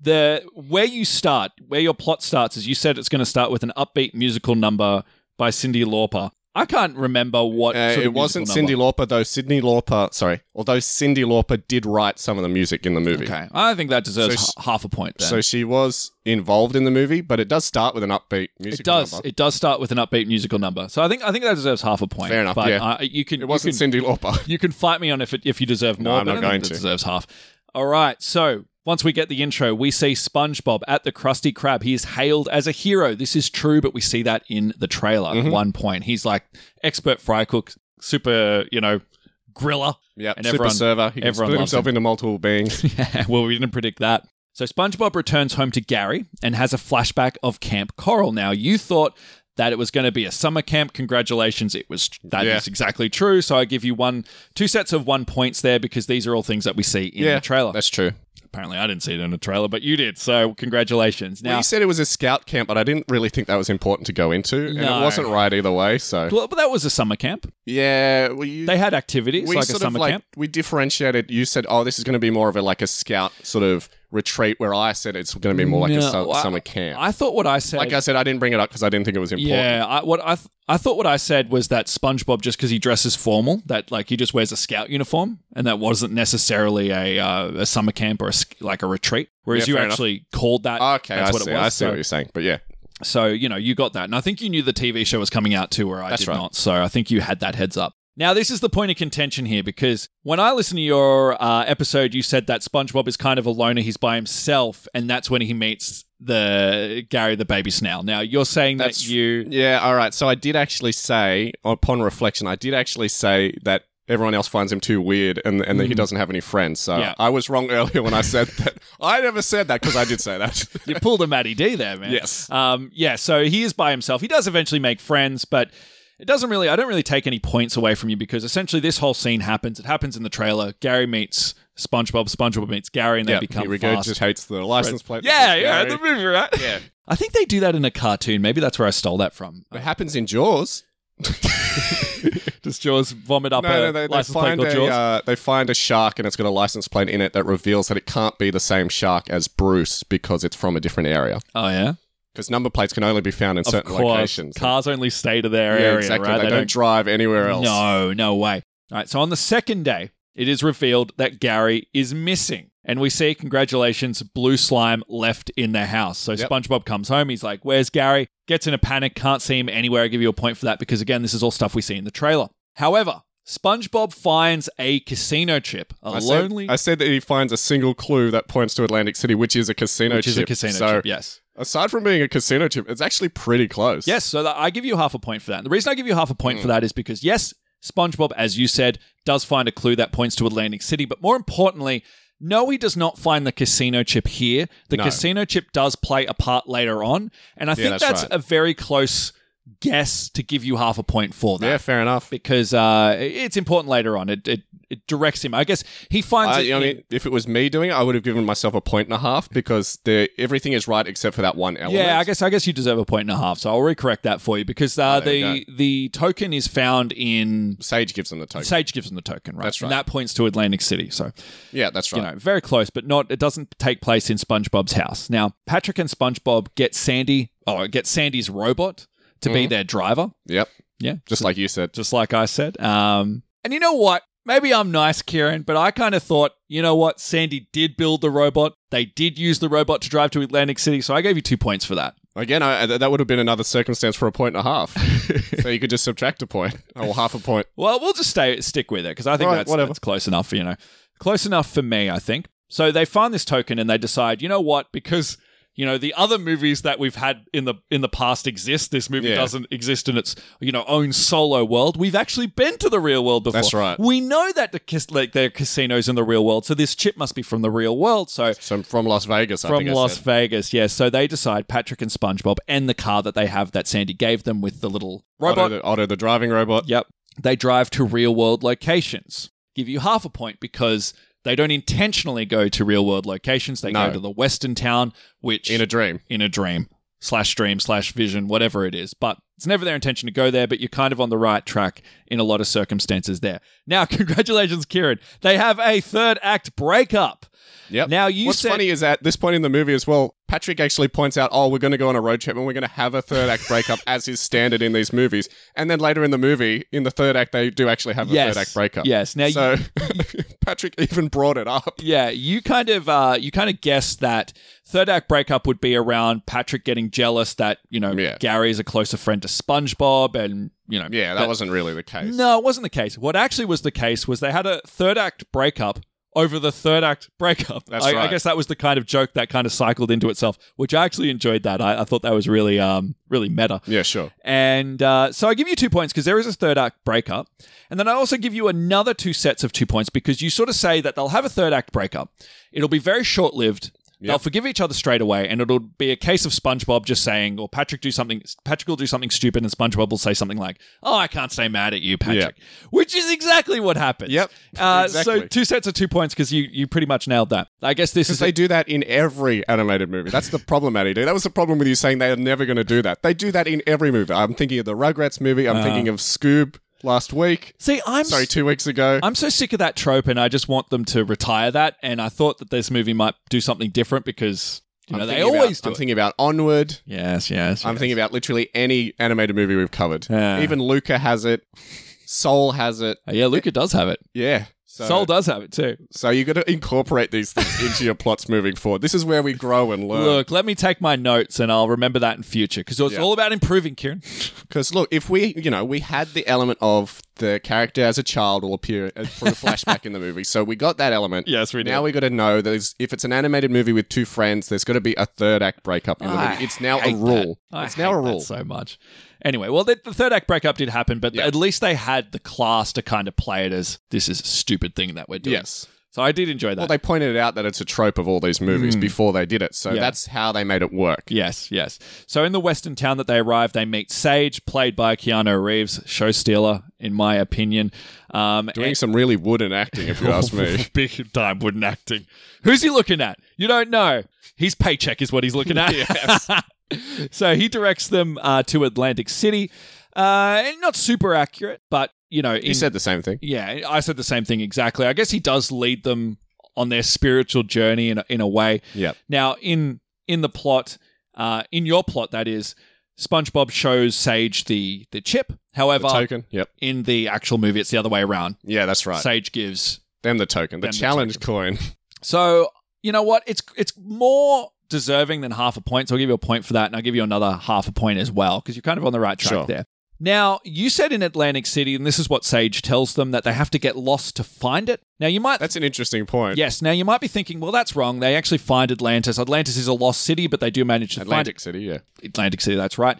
the where you start, where your plot starts, is you said it's going to start with an upbeat musical number by Cindy Lauper. I can't remember what Uh, sort of it wasn't musical Cindy number. Lauper, though. Sydney Lauper, sorry, although Cindy Lauper did write some of the music in the movie. Okay, I think that deserves So h- half a point. Then. So she was involved in the movie, but it does start with an upbeat music. it does. It does start with an upbeat musical number. So I think I think that deserves half a point. Fair enough, But yeah. uh, you can It you wasn't can- Cindy Lauper. You can fight me on if it, if you deserve more. I'm but not I don't going think that to. Deserves half. All right. So once we get the intro, we see SpongeBob at the Krusty Krab. He is hailed as a hero. This is true, but we see that in the trailer. Mm-hmm. At one point, he's like expert fry cook, super you know griller. Yeah, And super everyone- server. He can everyone split loves himself into multiple beings. well, we didn't predict that. So SpongeBob returns home to Gary and has a flashback of Camp Coral. Now, you thought that it was going to be a summer camp. Congratulations, it was. That is Yeah. exactly true. So I give you one, two sets of one points there because these are all things that we see in the trailer. That's true. Apparently, I didn't see it in the trailer, but you did. So congratulations. Now, Well, you said it was a scout camp, but I didn't really think that was important to go into, and No. it wasn't right either way. So well, but that was a summer camp. yeah, well, you, They had activities we like a sort summer of like camp. we differentiated. You said, "Oh, this is going to be more of a like a scout sort of retreat," where I said it's going to be more like a No, su- I- summer camp. I thought what I said. like I said, I didn't bring it up because I didn't think it was important. Yeah, I, what I th- I thought what I said was that SpongeBob just because he dresses formal, that like he just wears a scout uniform, and that wasn't necessarily a uh, a summer camp or a, sk- like a retreat. Whereas Yeah, you fair enough. Uh, actually called that. Okay, that's I what see. it was. I see so, what you're saying, but yeah, so, you know you got that, and I think you knew the TV show was coming out too, where I That's did right. not. So I think you had that heads up. Now this is the point of contention here because when I listened to your uh, episode, you said that SpongeBob is kind of a loner; he's by himself, and that's when he meets the Gary the baby snail. Now you're saying That's- that you yeah. All right. So I did actually say, upon reflection, I did actually say that everyone else finds him too weird, and and that he doesn't have any friends. So Hmm. Yeah. I was wrong earlier when I said that. I never said that because I did say that. you pulled a Matty D there, man. Yes. Um, yeah, so he is by himself. He does eventually make friends, but it doesn't really, I don't really take any points away from you because essentially this whole scene happens. It happens in the trailer. Gary meets SpongeBob, SpongeBob meets Gary, and they yeah, he become fast. regurgitates the license plate. Yeah, yeah, Gary. the movie, right? Yeah. I think they do that in a cartoon. Maybe that's where I stole that from. It happens in Jaws. Does Jaws vomit up No, a no, they, they license plate find called a Jaws? uh, they find a shark and it's got a license plate in it that reveals that it can't be the same shark as Bruce because it's from a different area. oh, yeah? Because number plates can only be found in Of certain course. locations. Cars only stay to their yeah, area, exactly. right? They, don't, drive anywhere else. No, no way. All right. So on the second day, it is revealed that Gary is missing. And we see, congratulations, blue slime left in the house. So Yep. SpongeBob comes home. He's like, Where's Gary? Gets in a panic, can't see him anywhere. I give you a point for that because, again, this is all stuff we see in the trailer. However, SpongeBob finds a casino chip, a I said, lonely, I said that he finds a single clue that points to Atlantic City, which is a casino which chip. is a casino so chip. Yes. aside from being a casino chip, it's actually pretty close. Yes, so that, I give you half a point for that. And the reason I give you half a point Hmm. for that is because yes, SpongeBob, as you said, does find a clue that points to Atlantic City, but more importantly, no, he does not find the casino chip here. The No. casino chip does play a part later on, and I think that's that's, right. a very close guess to give you half a point for that. Yeah, fair enough. Because uh, it's important later on. It, it it directs him. I guess he finds I, it. I in- mean, if it was me doing it, I would have given myself a point and a half because the everything is right except for that one element. Yeah, I guess I guess you deserve a point and a half, so I'll recorrect that for you because uh, Oh, there you the the token is found in Sage gives them the token. Sage gives them the token, right? That's And right. that points to Atlantic City. So, yeah, that's right. you know, very close, but not, it doesn't take place in SpongeBob's house. Now, Patrick and SpongeBob get Sandy, oh, get Sandy's robot Mm-hmm. to be their driver. Yep. Yeah. Just like you said. Just like I said. Um, and you know what? Maybe I'm nice, Kieran, but I kind of thought, you know what? Sandy did build the robot. They did use the robot to drive to Atlantic City, so I gave you two points for that. Again, I, th- that would have been another circumstance for a point and a half. so you could just subtract a point or half a point. Well, we'll just stay stick with it because I think Right, that's, whatever. that's close enough for you know, close enough for me. I think so. They find this token and they decide, you know what, because you know the other movies that we've had in the in the past exist. This movie Yeah. doesn't exist in its you know own solo world. We've actually been to the real world before. That's right. We know that the cas- like there are casinos in the real world, so this chip must be from the real world. So So from Las Vegas, I from think I Las said. Vegas, yes. So they decide Patrick and SpongeBob and the car that they have that Sandy gave them with the little Otto robot the, Otto the driving robot. Yep. They drive to real world locations. Give you half a point because they don't intentionally go to real world locations. They go No. to the Western town, which In a dream. in a dream slash dream slash vision, whatever it is. But it's never their intention to go there, but you're kind of on the right track in a lot of circumstances there. Now, congratulations, Kieran. They have a third act breakup. Yep. Now, you What's said- funny is at this point in the movie as well, Patrick actually points out, "Oh, we're going to go on a road trip and we're going to have a third act breakup as is standard in these movies." And then later in the movie, in the third act, they do actually have a Yes. third act breakup. Yes. Now, so Patrick even brought it up. Yeah, you kind of uh, you kind of guessed that third act breakup would be around Patrick getting jealous that you know Yeah. Gary is a closer friend to SpongeBob, and you know Yeah, that wasn't really the case. no, it wasn't the case. What actually was the case was they had a third act breakup over the third act breakup. That's I, I right. guess that was the kind of joke that kind of cycled into itself, which I actually enjoyed. That I, I thought that was really um really meta. Yeah, sure. And uh, so I give you two points because there is a third act breakup. And then I also give you another two sets of two points because you sort of say that they'll have a third act breakup. It'll be very short lived. They'll forgive each other straight away. And it'll be a case of SpongeBob just saying, or Patrick do something, Patrick will do something stupid and SpongeBob will say something like, oh, I can't stay mad at you, Patrick, which is exactly what happens. Yep, Uh, So exactly. two sets of two points because you, you pretty much nailed that. I guess this is They do that in every animated movie. That's the problem, Matty. D. That was the problem with you saying they are never going to do that. They do that in every movie. I'm thinking of the Rugrats movie. Uh-huh. I'm thinking of Scoob last week. See, I'm Sorry, two weeks ago. I'm so sick of that trope, and I just want them to retire that. And I thought that this movie might do something different because you know I'm they thinking always about, do. I'm it. thinking about Onward. yes, yes. I'm thinking about literally any animated movie we've covered. Yeah. Even Luca has it. Soul has it. Uh, yeah, Luca does have it. Yeah. So, Soul does have it too. so you got to incorporate these things into your plots moving forward. This is where we grow and learn. Look, let me take my notes, and I'll remember that in future because it's Yeah. all about improving, Kieran. Because look, if we, you know, we had the element of the character as a child will appear as- for a flashback in the movie, so we got that element. Yes, we did. Now we got to know that if it's an animated movie with two friends, there's got to be a third act breakup in the I movie. It's now a hate that. rule. I It's now a hate that rule. so much. Anyway, well, the, the third act breakup did happen, but Yeah. at least they had the class to kind of play it as this is a stupid thing that we're doing. Yes. So I did enjoy that. Well, they pointed out that it's a trope of all these movies before they did it, so Hmm. Yeah. that's how they made it work. Yes, yes. So in the western town that they arrive, they meet Sage, played by Keanu Reeves, show stealer, in my opinion. Um, Doing some really wooden acting, if you ask me. Big time wooden acting. Who's he looking at? You don't know. His paycheck is what he's looking at. so he directs them uh, to Atlantic City. Uh, and not super accurate, but you know, He in- said the same thing. yeah, I said the same thing exactly. I guess he does lead them on their spiritual journey in a, in a way. Yep. Now in in the plot, uh, in your plot that is, SpongeBob shows Sage the the chip. The However, token. Yep. in the actual movie, it's the other way around. Yeah, that's right. Sage gives. them the token, the Them the challenge coin. So you know what? It's it's more deserving than half a point. So I'll give you a point for that, and I'll give you another half a point as well because you're kind of on the right track Sure. there. Now, you said in Atlantic City, and this is what Sage tells them that they have to get lost to find it. Now, you might That's an interesting point. Yes. Now you might be thinking, well, that's wrong. They actually find Atlantis. Atlantis is a lost city, but they do manage to Atlantic City, yeah. find Atlantic City. That's right.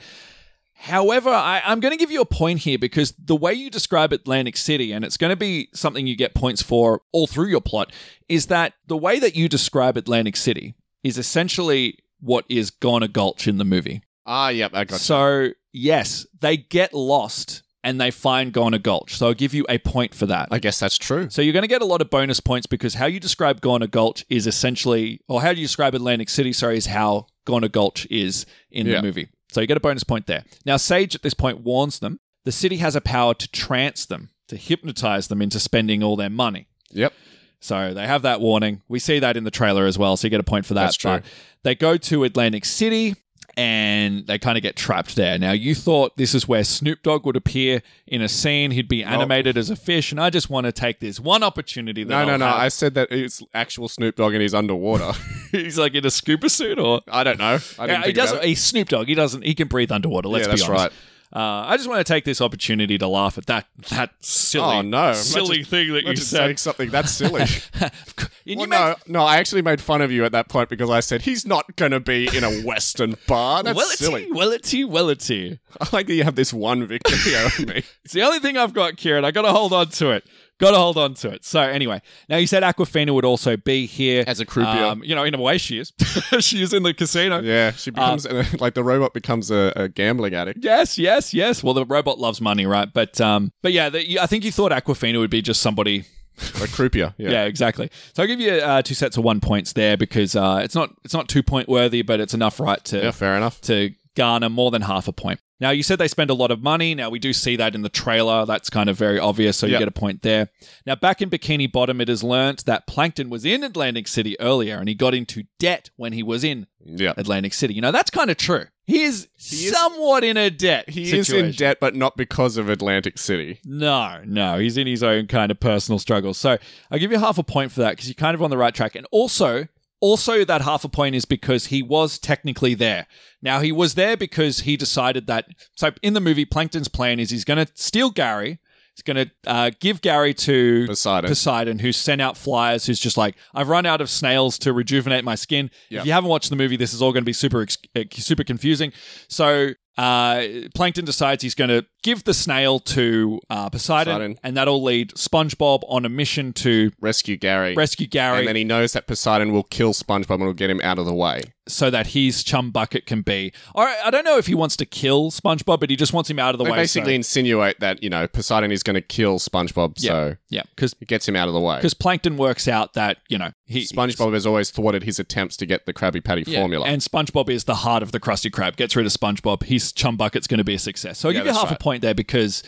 However, I, I'm going to give you a point here because the way you describe Atlantic City, and it's going to be something you get points for all through your plot, is that the way that you describe Atlantic City is essentially what is Gone a Gulch in the movie. Ah, yep, I got So, yes, they get lost and they find Gone a Gulch. So I'll give you a point for that. I guess that's true. So you're going to get a lot of bonus points because how you describe Gone a Gulch is essentially, or how you describe Atlantic City, sorry, is how Gone a Gulch is in the Yeah. movie. So you get a bonus point there. Now, Sage at this point warns them the city has a power to trance them, to hypnotize them into spending all their money. Yep. So they have that warning. We see that in the trailer as well. So you get a point for that. That's true. But they go to Atlantic City and they kind of get trapped there. Now, you thought this is where Snoop Dogg would appear in a scene. He'd be animated as a fish, and I just want to take this one opportunity. That No, I'll no, no. have. I said that it's actual Snoop Dogg and he's underwater. He's like in a scuba suit, or I don't know. I didn't think Yeah, he about doesn't. it. He's Snoop Dogg. He doesn't. He can breathe underwater. Let's Yeah, that's be honest. Uh, I just want to take this opportunity to laugh at that that silly, Oh, no. silly Imagine- thing that you Imagine said. saying something that's silly. And well, you meant- no, no. I actually made fun of you at that point because I said he's not going to be in a Western bar. That's well, it's silly. you, well, it's you, well, it's you. I like that you have this one victim here of me. It's the only thing I've got, Kieran. I got to hold on to it. Got to hold on to it. So anyway, now you said Aquafina would also be here um, As a croupier. you know, in a way, she is. she is in the casino. Yeah, she becomes uh, like the robot becomes a, a gambling addict. Yes, yes, yes. Well, the robot loves money, right? But um, but yeah, the, you, I think you thought Aquafina would be just somebody A croupier. Yeah. Yeah, exactly. So I'll give you uh, two sets of one points there because uh, it's not it's not two point worthy, but it's enough right to Yeah, fair enough. to garner more than half a point. Now you said they spend a lot of money. Now we do see that in the trailer. That's kind of very obvious, so you Yep. get a point there. Now back in Bikini Bottom, it is learnt that Plankton was in Atlantic City earlier, and he got into debt when he was in Yeah. Atlantic City. You know that's kind of true. He is somewhat in a debt. He situation. is in debt, but not because of Atlantic City. No, no, he's in his own kind of personal struggles. So I'll give you half a point for that because you're kind of on the right track. And also, also that half a point is because he was technically there. Now he was there because he decided that. So in the movie, Plankton's plan is he's going to steal Gary. He's going to uh, give Gary to Poseidon. Poseidon, who's sent out flyers, who's just like, I've run out of snails to rejuvenate my skin. Yeah. If you haven't watched the movie, this is all going to be super, ex- uh, super confusing. So, uh, Plankton decides he's going to give the snail to uh, Poseidon, Poseidon. and that'll lead SpongeBob on a mission to Rescue Gary. rescue Gary And then he knows that Poseidon will kill SpongeBob and will get him out of the way. so that his chum bucket can be. Or I don't know if he wants to kill SpongeBob, but he just wants him out of the They way. so- basically insinuate that you know Poseidon is going to kill SpongeBob, so yeah, because it gets him out of the way. Plankton works out that you know he SpongeBob has always thwarted his attempts to get the Krabby Patty Yeah, formula. And SpongeBob is the heart of the Krusty Krab. Gets rid of SpongeBob. His chum bucket's going to be a success. So I'll Yeah, give you that's half a right. point there because,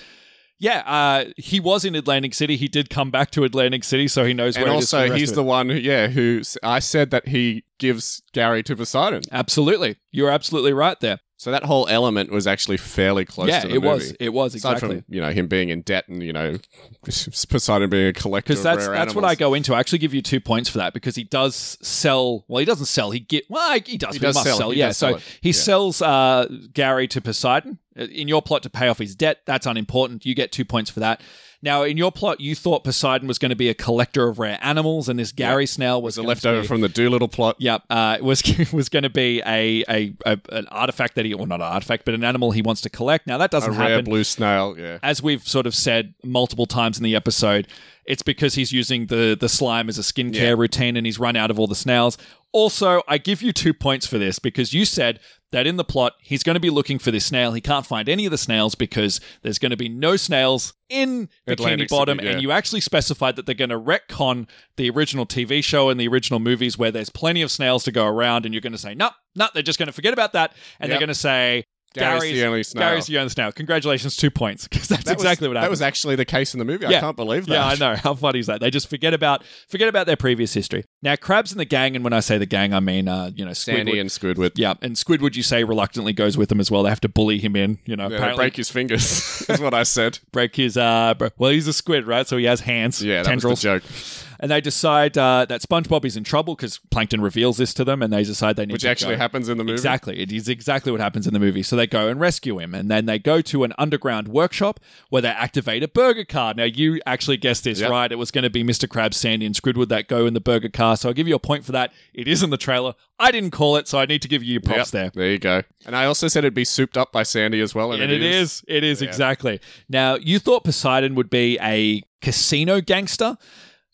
yeah, uh, he was in Atlantic City. He did come back to Atlantic City, so he knows And where it is. for also, rest he's of the it. one, who, yeah, who s- I said that he gives Gary to Poseidon. Absolutely. You're absolutely right there. So that whole element was actually fairly close yeah, to it the movie. was. It was, Aside exactly. from you know him being in debt and you know Poseidon being a collector. because of that's rare that's what I animals. go into. I actually give you two points for that because he does sell. Well, he doesn't sell. He get. Well, he does. He but does must sell sell. it. He yeah. does so sell it. he Yeah. sells uh, Gary to Poseidon Uh, in your plot to pay off his debt. That's unimportant. You get two points for that. Now, in your plot, you thought Poseidon was going to be a collector of rare animals, and this Gary snail was It's a going leftover to be- from the Doolittle plot. Yep, uh, it was was going to be a, a, a an artifact that he, or not an artifact, but an animal he wants to collect. Now that A doesn't rare happen blue snail. Yeah. as we've sort of said multiple times in the episode, it's because he's using the the slime as a skincare Yeah. routine and he's run out of all the snails. Also, I give you two points for this because you said that in the plot he's going to be looking for this snail. He can't find any of the snails because there's going to be no snails in Bikini Atlantic City, Bottom, yeah. and you actually specified that they're going to retcon the original TV show and the original movies where there's plenty of snails to go around, and you're going to say no, no, they're just going to forget about that, and Yep. they're going to say. Gary's the only snail. Gary's the only snail. Congratulations, two points. Because that's That was- exactly what happened. That was actually the case in the movie. Yeah. I can't believe that. Yeah, I know. How funny is that? They just forget about forget about their previous history. Now, Krabs and the gang, and when I say the gang, I mean uh, you know Squidward. Sandy and Squidward. yeah, and Squidward, you say reluctantly goes with them as well. They have to bully him in. You know, Yeah, they apparently break his fingers. is what I said. break his uh. br- Well, he's a squid, right? So he has hands. Yeah, that was tendrils. the joke. And they decide uh, that SpongeBob is in trouble because Plankton reveals this to them, and they decide they need Which to actually go. happens in the movie. Exactly. It is exactly what happens in the movie. So they go and rescue him, and then they go to an underground workshop where they activate a burger car. Now, you actually guessed this, Yep. right? It was going to be Mr. Krabs, Sandy, and Squidward that go in the burger car. So I'll give you a point for that. It is in the trailer. I didn't call it, so I need to give you your Yep, props there. There you go. And I also said it'd be souped up by Sandy as well. And, And it is. It is, Yeah. exactly. Now, you thought Poseidon would be a casino gangster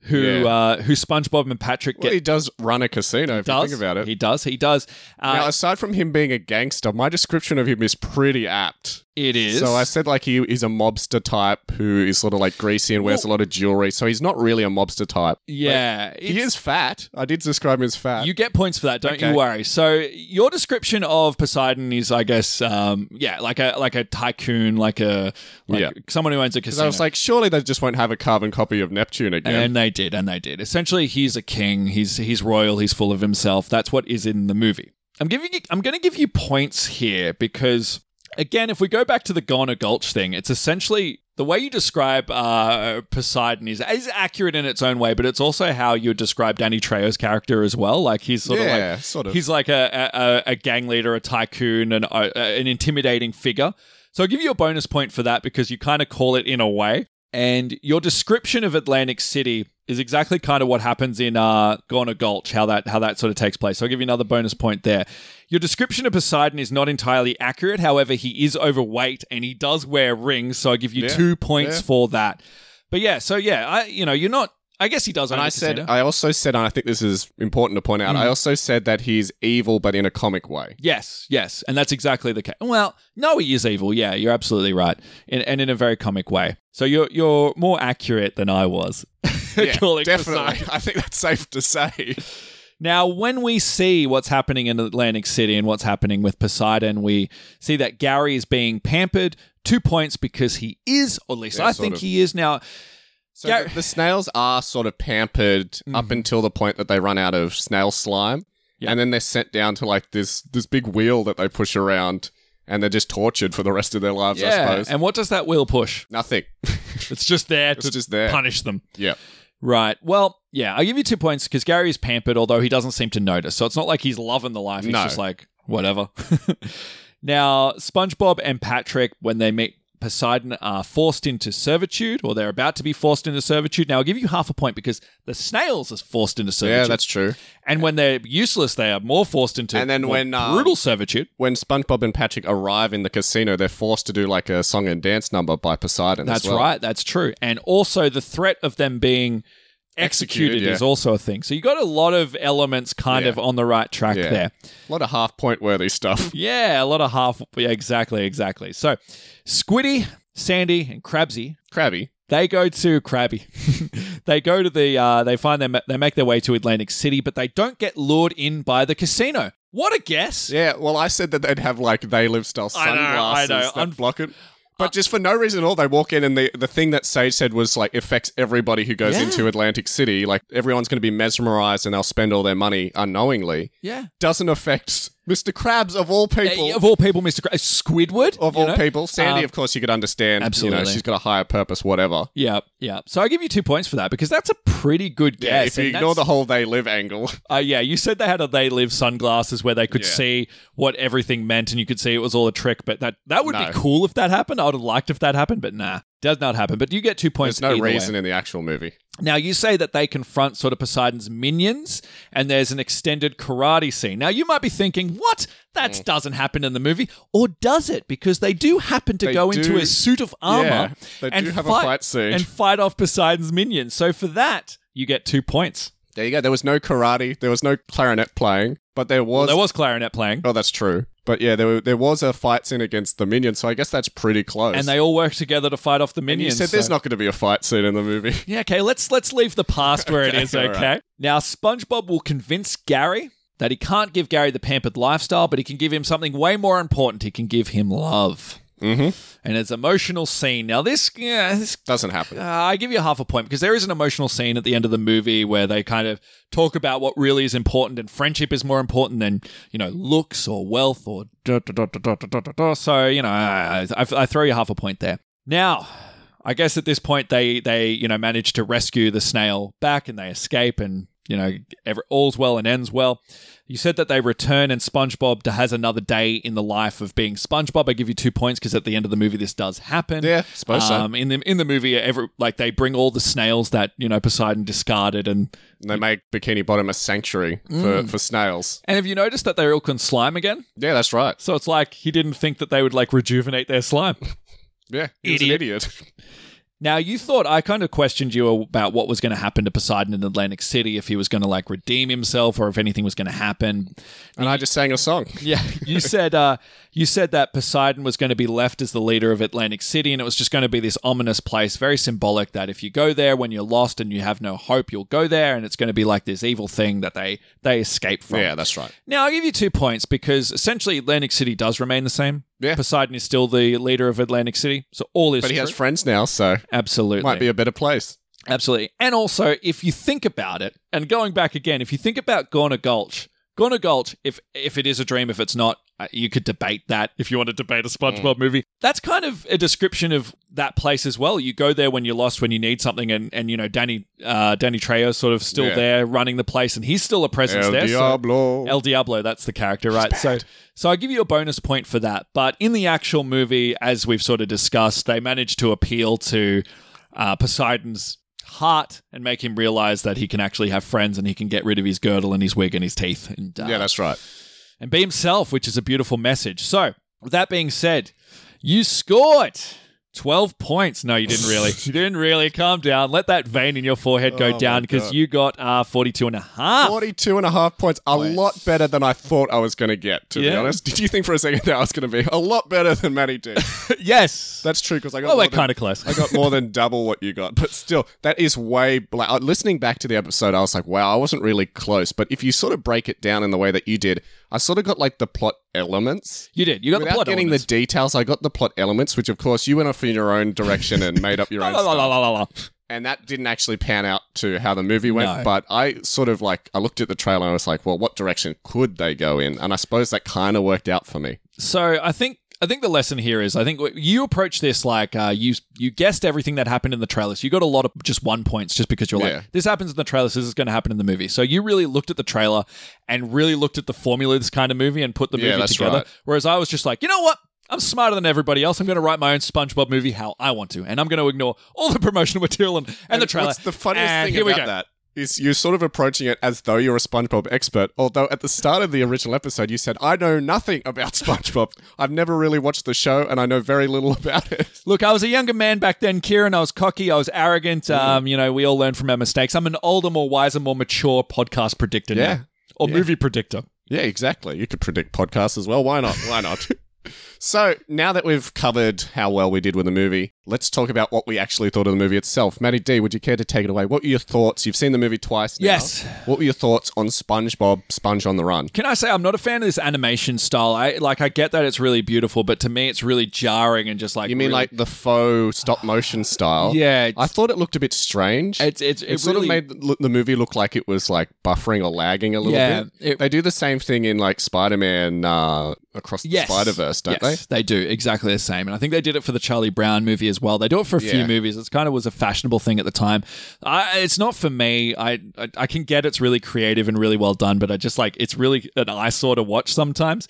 who Yeah. uh, who SpongeBob and Patrick Well, get. he does run a casino. If does. you think about it. He does. He does. now, Uh, aside from him being a gangster, my description of him is pretty apt. it is. So I said like he is a mobster type who is sort of like greasy and wears a lot of jewelry. So he's not really a mobster type. yeah. He it's- is fat. I did describe him as fat. You get points for that, don't Uh, Okay. you worry. So your description of Poseidon is, I guess, um, yeah, like a like a tycoon, like a like Yeah. someone who owns a 'Cause casino. I was like, surely they just won't have a carbon copy of Neptune again. and they did, and they did. Essentially, he's a king. He's he's royal. He's full of himself. That's what is in the movie. I'm giving you, I'm going to give you points here because again, if we go back to the Goner Gulch thing, it's essentially the way you describe uh, Poseidon is is accurate in its own way, but it's also how you would describe Danny Trejo's character as well. Like he's sort of like yeah, sort of. He's like a, a, a gang leader, a tycoon, and uh, an intimidating figure. So I'll give you a bonus point for that because you kind of call it in a way. And your description of Atlantic City is exactly kind of what happens in uh, Gone a Gulch, how that how that sort of takes place. So I'll give you another bonus point there. Your description of Poseidon is not entirely accurate. However, he is overweight and he does wear rings. So I give you Yeah, two points yeah. for that. But yeah, so yeah, I you know you're not. I guess he does. and own I a said, casino. Hmm. I also said, and I think this is important to point out. I also said that he's evil, but in a comic way. Yes, yes, and that's exactly the case. Well, no, he is evil. Yeah, you're absolutely right, in, and in a very comic way. So you're you're more accurate than I was. calling Poseidon. definitely. I think that's safe to say. Now, when we see what's happening in Atlantic City and what's happening with Poseidon, we see that Gary is being pampered. Two points because he is, or at least Yeah, I sort think of. he is now. So Yeah. Mm-hmm. the, the snails are sort of pampered up until the point that they run out of snail slime, Yeah. and then they're sent down to like this this big wheel that they push around, and they're just tortured for the rest of their lives. I Yeah, suppose and what does that wheel push? nothing. It's just there it's to just there. punish them. Yeah, Right. Well, yeah, I'll give you two points because Gary is pampered, although he doesn't seem to notice. So it's not like he's loving the life. He's No. just like, whatever. now, SpongeBob and Patrick, when they meet Poseidon, are forced into servitude, or they're about to be forced into servitude. Now, I'll give you half a point because the snails are forced into servitude. yeah, that's true. and when they're useless, they are more forced into And then more when, um, brutal servitude. When SpongeBob and Patrick arrive in the casino, they're forced to do like a song and dance number by Poseidon. as That's well. right. That's true. And also the threat of them being executed, Executed, yeah. is also a thing. So you got a lot of elements kind Yeah. of on the right track Yeah. there. A lot of half point worthy stuff. Yeah, a lot of half. Yeah, exactly, exactly. So Squiddy, Sandy, and Krabsy. Krabby. They go to Krabby. they go to the. Uh, they find them. They make their way to Atlantic City, but they don't get lured in by the casino. What a guess! Yeah, well, I said that they'd have like they live style I know, I sunglasses know. that Un- block it. But just for no reason at all, they walk in and the, the thing that Sage said was like affects everybody who goes Yeah. into Atlantic City. Like everyone's going to be mesmerized and they'll spend all their money unknowingly. Yeah. Doesn't affect Mr. Krabs of all people. Uh, Of all people, Mr. Krabs, Squidward of you all know? people, Sandy, Um, of course, you could understand. You absolutely. know, she's got a higher purpose, whatever. Yeah, yeah. So I give you two points for that because that's a pretty good Yeah, if guess. you and ignore that's- the whole they live angle, Uh, yeah, you said they had a they live sunglasses where they could Yeah. see what everything meant, and you could see it was all a trick. But that that would No. be cool if that happened. I would have liked if that happened, but nah, does not happen. But you get two points. there's no either way. reason in the actual movie. Now you say that they confront sort of Poseidon's minions, and there's an extended karate scene. Now you might be thinking, what? That Mm. doesn't happen in the movie, or does it? Because they do happen to They go do- into a suit of armor they and do have a fight- fight scene. and fight off Poseidon's minions. So for that, you get two points. There you go. There was no karate. There was no clarinet playing, but there was There was clarinet playing. Oh, that's true. But yeah, there, were- there was a fight scene against the minions, so I guess that's pretty close. and they all work together to fight off the And you minions. said there's so- not going to be a fight scene in the movie. Yeah, okay. Let's let's leave the past where it Okay, is. all Okay. right. Now, SpongeBob will convince Gary that he can't give Gary the pampered lifestyle, but he can give him something way more important. He can give him love, Mm-hmm. and it's emotional scene. Now, this yeah, this Doesn't happen. uh, I give you half a point because there is an emotional scene at the end of the movie where they kind of talk about what really is important and friendship is more important than you know looks or wealth or da, da, da, da, da, da, da, da, da. so you know I, I, I throw you half a point there. Now, I guess at this point they they you know manage to rescue the snail back and they escape and you know every, all's well and ends well. You said that they return and SpongeBob has another day in the life of being SpongeBob. I give you two points because at the end of the movie this does happen. Yeah, suppose so. Um, in the in the movie, every like they bring all the snails that you know Poseidon discarded, and They make Bikini Bottom a sanctuary Mm. for, for snails. and have you noticed that they're all can slime again? Yeah, that's right. So it's like he didn't think that they would like rejuvenate their slime. Yeah, he's an Idiot. idiot. now you thought I kind of questioned you about what was going to happen to Poseidon in Atlantic City if he was going to like redeem himself or if anything was going to happen. And I just sang a song. Yeah, you said uh, you said that Poseidon was going to be left as the leader of Atlantic City, and it was just going to be this ominous place, very symbolic. That if you go there when you're lost and you have no hope, you'll go there, and it's going to be like this evil thing that they they escape from. Yeah, that's right. Now I'll give you two points because essentially Atlantic City does remain the same. Yeah. Poseidon is still the leader of Atlantic City, so all is But he true. has friends now, so it absolutely might be a better place. Absolutely. And also, if you think about it, and going back again, if you think about Gorna Gulch, Gonna Gulch, if if it is a dream, if it's not, uh, you could debate that if you want to debate Mm. a SpongeBob movie. That's kind of a description of that place as well. You go there when you're lost, when you need something, and and you know Danny uh, Danny Trejo's sort of still Yeah. there running the place, and he's still a presence El there. so- Diablo. El Diablo, that's the character, right? So, so I give you a bonus point for that. But in the actual movie, as we've sort of discussed, they managed to appeal to uh, Poseidon's heart and make him realize that he can actually have friends and he can get rid of his girdle and his wig and his teeth and uh, yeah, that's right. and be himself, which is a beautiful message. So, with that being said, you scored. 12 points. No, you didn't really. You didn't really. Calm down. Let that vein in your forehead go Oh down because you got uh, 42 and a half. 42 and a half points. A lot better than I thought I was going to get, to be Yeah. honest. Did you think for a second that I was going to be a lot better than Matty did? yes. That's true, because I got Oh, more we're than- kind of close. I got more than double what you got, but still, that is way. Bla- uh, Listening back to the episode, I was like, wow, I wasn't really close. But if you sort of break it down in the way that you did, I sort of got like the plot elements. You did. You got the Without plot getting elements. the details, I got the plot elements, which of course you went off in your own direction and made up your own La, la, stuff. la, la, la, la. And that didn't actually pan out to how the movie went. No. But I sort of like, I looked at the trailer and I was like, well, what direction could they go in? And I suppose that kind of worked out for me. So I think I think the lesson here is I think what- you approach this like uh, you you guessed everything that happened in the trailers. You got a lot of just one points just because you're Yeah. like this happens in the trailers. This is going to happen in the movie. So you really looked at the trailer and really looked at the formula of this kind of movie and put the Yeah, movie that's together. right. Whereas I was just like, you know what? I'm smarter than everybody else. I'm going to write my own SpongeBob movie how I want to, and I'm going to ignore all the promotional material and, and, the trailer. What's the funniest And thing here we about go. that is you're sort of approaching it as though you're a SpongeBob expert. Although at the start of the original episode, you said, "I know nothing about SpongeBob. I've never really watched the show, and I know very little about it." Look, I was a younger man back then, Kieran. I was cocky. I was arrogant. Mm-hmm. Um, you know, we all learn from our mistakes. I'm an older, more wiser, more mature podcast predictor Yeah. now. Or movie predictor. Yeah, exactly. You could predict podcasts as well. Why not? Why not? so now that we've covered how well we did with the movie, let's talk about what we actually thought of the movie itself. Maddie D, would you care to take it away? What were your thoughts? You've seen the movie twice. now. Yes. What were your thoughts on SpongeBob Sponge on the Run? Can I say I'm not a fan of this animation style? I like I get that it's really beautiful, but to me it's really jarring and just like You mean really- like the faux stop motion style? Yeah, it's- I thought it looked a bit strange. it's it's it, sort really- of made the- look- the movie look like it was like buffering or lagging a little Yeah, bit. it- they do the same thing in like Spider-Man uh, across the Yes. Spider-Verse, don't yes, they? do exactly the same, and I think they did it for the Charlie Brown movie as well. They do it for a few Yeah. movies. It's kind of was a fashionable thing at the time. I, it's not for me. I, I I can get it's really creative and really well done, but I just like it's really an eyesore to watch sometimes.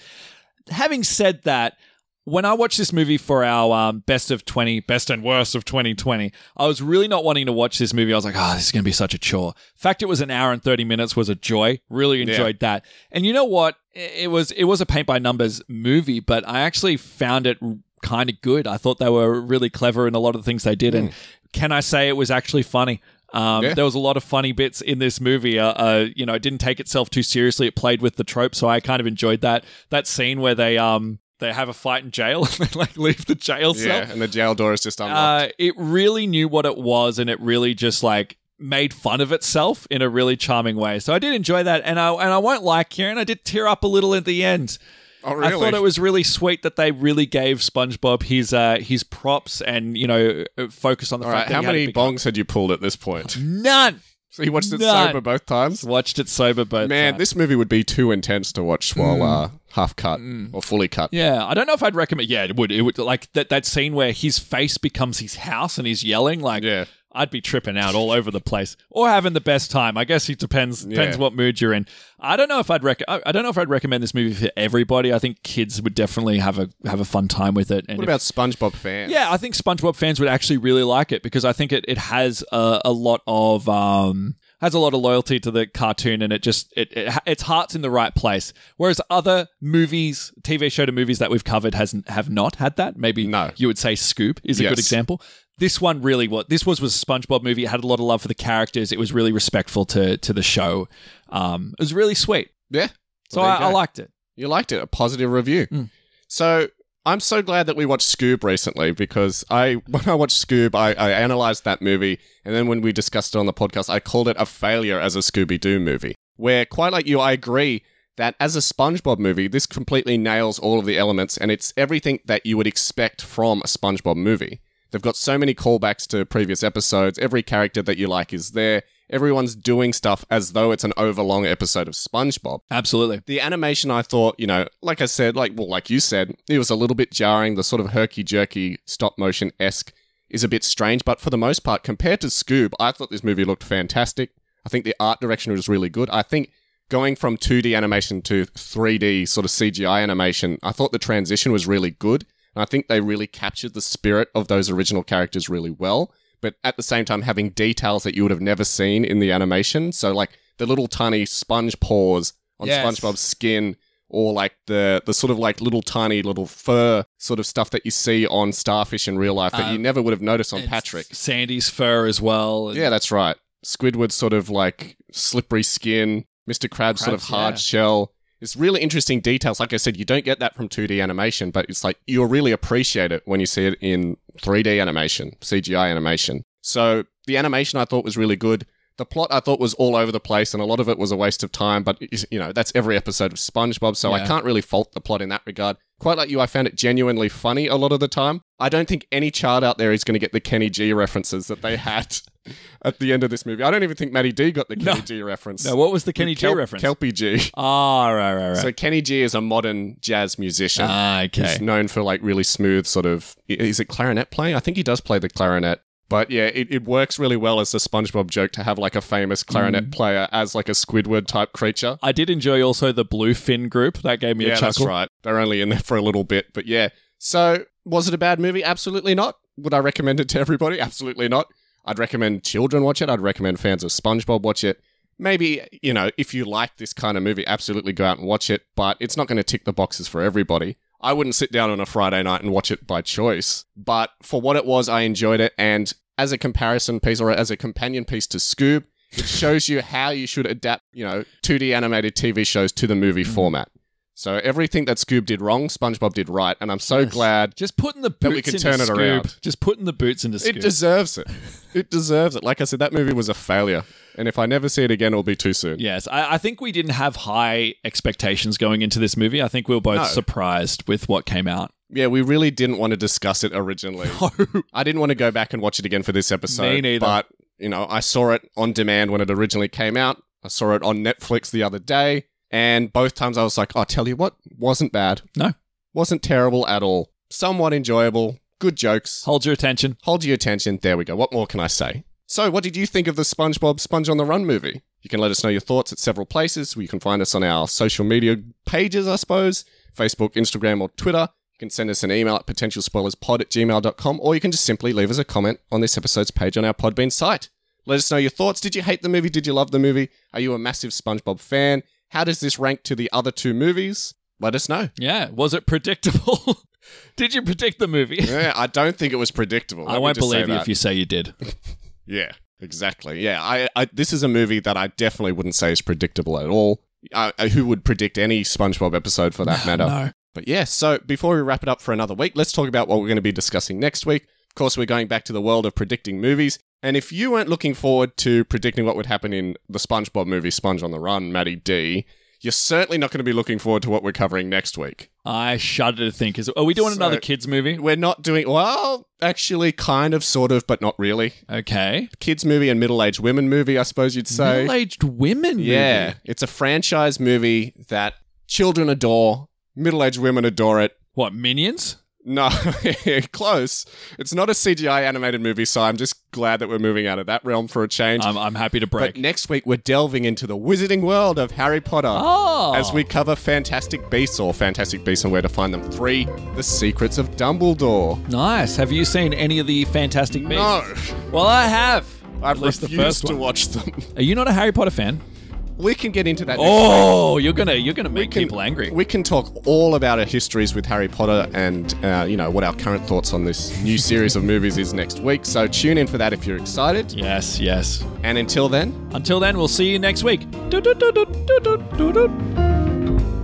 Having said that. When I watched this movie for our um, best of 20, best and worst of 2020, I was really not wanting to watch this movie. I was like, oh, this is going to be such a chore. fact it was an hour and 30 minutes was a joy. Really Yeah. enjoyed that. And you know what? It was it was a paint by numbers movie, but I actually found it kind of good. I thought they were really clever in a lot of the things they did, and can I say it was actually funny? Um, Hmm. Yeah. There was a lot of funny bits in this movie. Uh, uh, you know, it didn't take itself too seriously. It played with the trope, so I kind of enjoyed that. That scene where they um they have a fight in jail and they like leave the jail they? cell. Yeah, and the jail door is just unlocked. Uh, it really knew what it was, and it really just like made fun of itself in a really charming way. So I did enjoy that, and I and I won't lie, Kieran. I did tear up a little at the end. oh, really? Uh, I thought it was really sweet that they really gave SpongeBob his uh, his props and you know focus on the All fact right, that how he had a many big- bongs had you pulled at this point? None. So you watched it None. sober both times? Watched it sober, but Man, this movie would be too intense to watch while uh, half cut or fully cut. Mm. Yeah, I don't know if I'd recommend. Yeah, it would. It would like that that scene where his face becomes his house and he's yelling. Like, Yeah. I'd be tripping out all over the place or having the best time. I guess it depends depends Yeah. what mood you're in. I don't know if I'd rec- I I don't know if I'd recommend this movie for everybody. I think kids would definitely have a have a fun time with it. And What if- about SpongeBob fans? yeah, I think SpongeBob fans would actually really like it because I think it, it has a, a lot of um has a lot of loyalty to the cartoon and it just it, it ha- its heart's in the right place. Whereas other movies, TV show to movies that we've covered has have not had that. Maybe No. you would say Scoop is a Yes. good example. This one really what this was was a SpongeBob movie. It had a lot of love for the characters. It was really respectful to to the show. Um, it was really sweet. Yeah. So Well, there I, you I go. liked it. You liked it, a positive review. Mm. So I'm so glad that we watched Scoob recently because I when I watched Scoob, I, I analyzed that movie, and then when we discussed it on the podcast, I called it a failure as a Scooby Doo movie. Where quite like you, I agree that as a SpongeBob movie, this completely nails all of the elements, and it's everything that you would expect from a SpongeBob movie. They've got so many callbacks to previous episodes. Every character that you like is there. Everyone's doing stuff as though it's an overlong episode of SpongeBob. Absolutely. The animation, I thought, you know, like I said, like well, like you said, it was a little bit jarring. The sort of herky jerky stop motion esque is a bit strange, but for the most part, compared to Scoob, I thought this movie looked fantastic. I think the art direction was really good. I think going from 2D animation to 3D sort of CGI animation, I thought the transition was really good. And I think they really captured the spirit of those original characters really well, but at the same time, having details that you would have never seen in the animation. So, like the little tiny sponge paws on Yes. SpongeBob's skin. Or like the the sort of like little tiny little fur sort of stuff that you see on starfish in real life that you Um, never would have noticed on And Patrick. Sandy's fur as well. and- Yeah, that's right. Squidward's sort of like slippery skin, Mr. Crab's sort of Krabs, hard yeah. shell. It's really interesting details. Like I said, you don't get that from 2D animation, but it's like you'll really appreciate it when you see it in 3D animation, CGI animation. So the animation I thought was really good. The plot I thought was all over the place, and a lot of it was a waste of time. But it's- you know, that's every episode of SpongeBob, so I Yeah. can't really fault the plot in that regard. Quite like you, I found it genuinely funny a lot of the time. I don't think any child out there is going to get the Kenny G references that they had at the end of this movie. I don't even think Matty D got the Kenny G reference. No, what was the Kenny G Kel- reference? Kelpie G. Ah, right, right, right. So Kenny G is a modern jazz musician. ah, He's okay. known for like really smooth sort of. Is it clarinet playing? I think he does play the clarinet. But yeah, it, it works really well as a SpongeBob joke to have like a famous clarinet Mm. player as like a Squidward type creature. I did enjoy also the Bluefin group. That gave me yeah, a that's chuckle. right. They're only in there for a little bit, but yeah. So was it a bad movie? Absolutely not. Would I recommend it to everybody? Absolutely not. I'd recommend children watch it. I'd recommend fans of SpongeBob watch it. Maybe, you know, if you like this kind of movie, absolutely go out and watch it, but it's not going to tick the boxes for everybody. I wouldn't sit down on a Friday night and watch it by choice, but for what it was, I enjoyed it. And as a comparison piece or as a companion piece to Scoob, it shows you how you should adapt, you know, 2D animated TV shows to the movie format. So everything that Scoob did wrong, SpongeBob did right, and I'm so glad Just putting the That boots we can into turn it Scoob. around. Just putting the boots into Scoob. it deserves it. It deserves it. Like I said, that movie was a failure, and if I never see it again, it'll be too soon. yes, I, I think we didn't have high expectations going into this movie. I think we were both No. surprised with what came out. Yeah, we really didn't want to discuss it originally. I didn't want to go back and watch it again for this episode. Me neither. But, you know, I saw it on demand when it originally came out. I saw it on Netflix the other day. And both times I was like, oh, tell you what, wasn't bad. No. Wasn't terrible at all. Somewhat enjoyable. Good jokes. Hold your attention. Hold your attention. There we go. What more can I say? So, what did you think of the SpongeBob Sponge on the Run movie? You can let us know your thoughts at several places. You can find us on our social media pages, I suppose Facebook, Instagram, or Twitter. You can send us an email at potentialspoilerspod at gmail.com, or you can just simply leave us a comment on this episode's page on our Podbean site. Let us know your thoughts. Did you hate the movie? Did you love the movie? Are you a massive SpongeBob fan? How does this rank to the other two movies? Let us know. Yeah, was it predictable? did you predict the movie? Yeah, I don't think it was predictable. Let I me won't just say believe you that. if you say you did. Yeah, exactly. Yeah, I, I this is a movie that I definitely wouldn't say is predictable at all. I, I- who would predict any SpongeBob episode for that matter? No. But yeah, so before we wrap it up for another week, let's talk about what we're going to be discussing next week. Of course, we're going back to the world of predicting movies. And if you weren't looking forward to predicting what would happen in the SpongeBob movie Sponge on the Run, Maddie D, you're certainly not going to be looking forward to what we're covering next week. I shudder to think. Is are we doing So- another kids movie? We're not doing, well, actually, kind of, sort of, but not really. Okay. Kids movie and middle aged women movie, I suppose you'd say. Middle-aged women. Yeah, movie. it's a franchise movie that children adore, middle-aged women adore it. What minions? No, close. It's not a CGI animated movie, so I'm just glad that we're moving out of that realm for a change. I'm, I'm happy to but break. next week we're delving into the wizarding world of Harry Potter oh, as we cover Fantastic Beasts or Fantastic Beasts and Where to Find Them 3: The Secrets of Dumbledore. nice. Have you seen any of the Fantastic Beasts? No, Well, I have. I've At least refused the first to one. watch them. Are you not a Harry Potter fan? we can get into that. next Oh, you're gonna you're gonna make can- people angry. We can talk all about our histories with Harry Potter and, uh, you know, what our current thoughts on this new series of movies is next week. So tune in for that if you're excited. yes, yes. And until then, Until then, we'll see you next week. Doot, doot, doot, doot, doot, doot, doot, doot.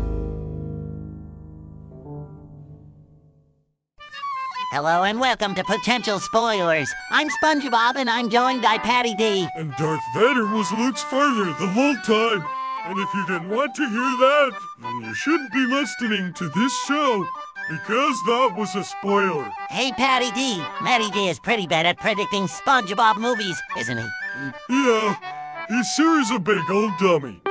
Hello and welcome to Potential Spoilers. I'm SpongeBob and I'm joined by Patty D. And Darth Vader was Luke's father the whole time. And if you didn't want to hear that, then you shouldn't be listening to this show because that was a spoiler. Hey, Patty D. Matty D is pretty bad at predicting SpongeBob movies, isn't he? Yeah, He sure is a big old dummy.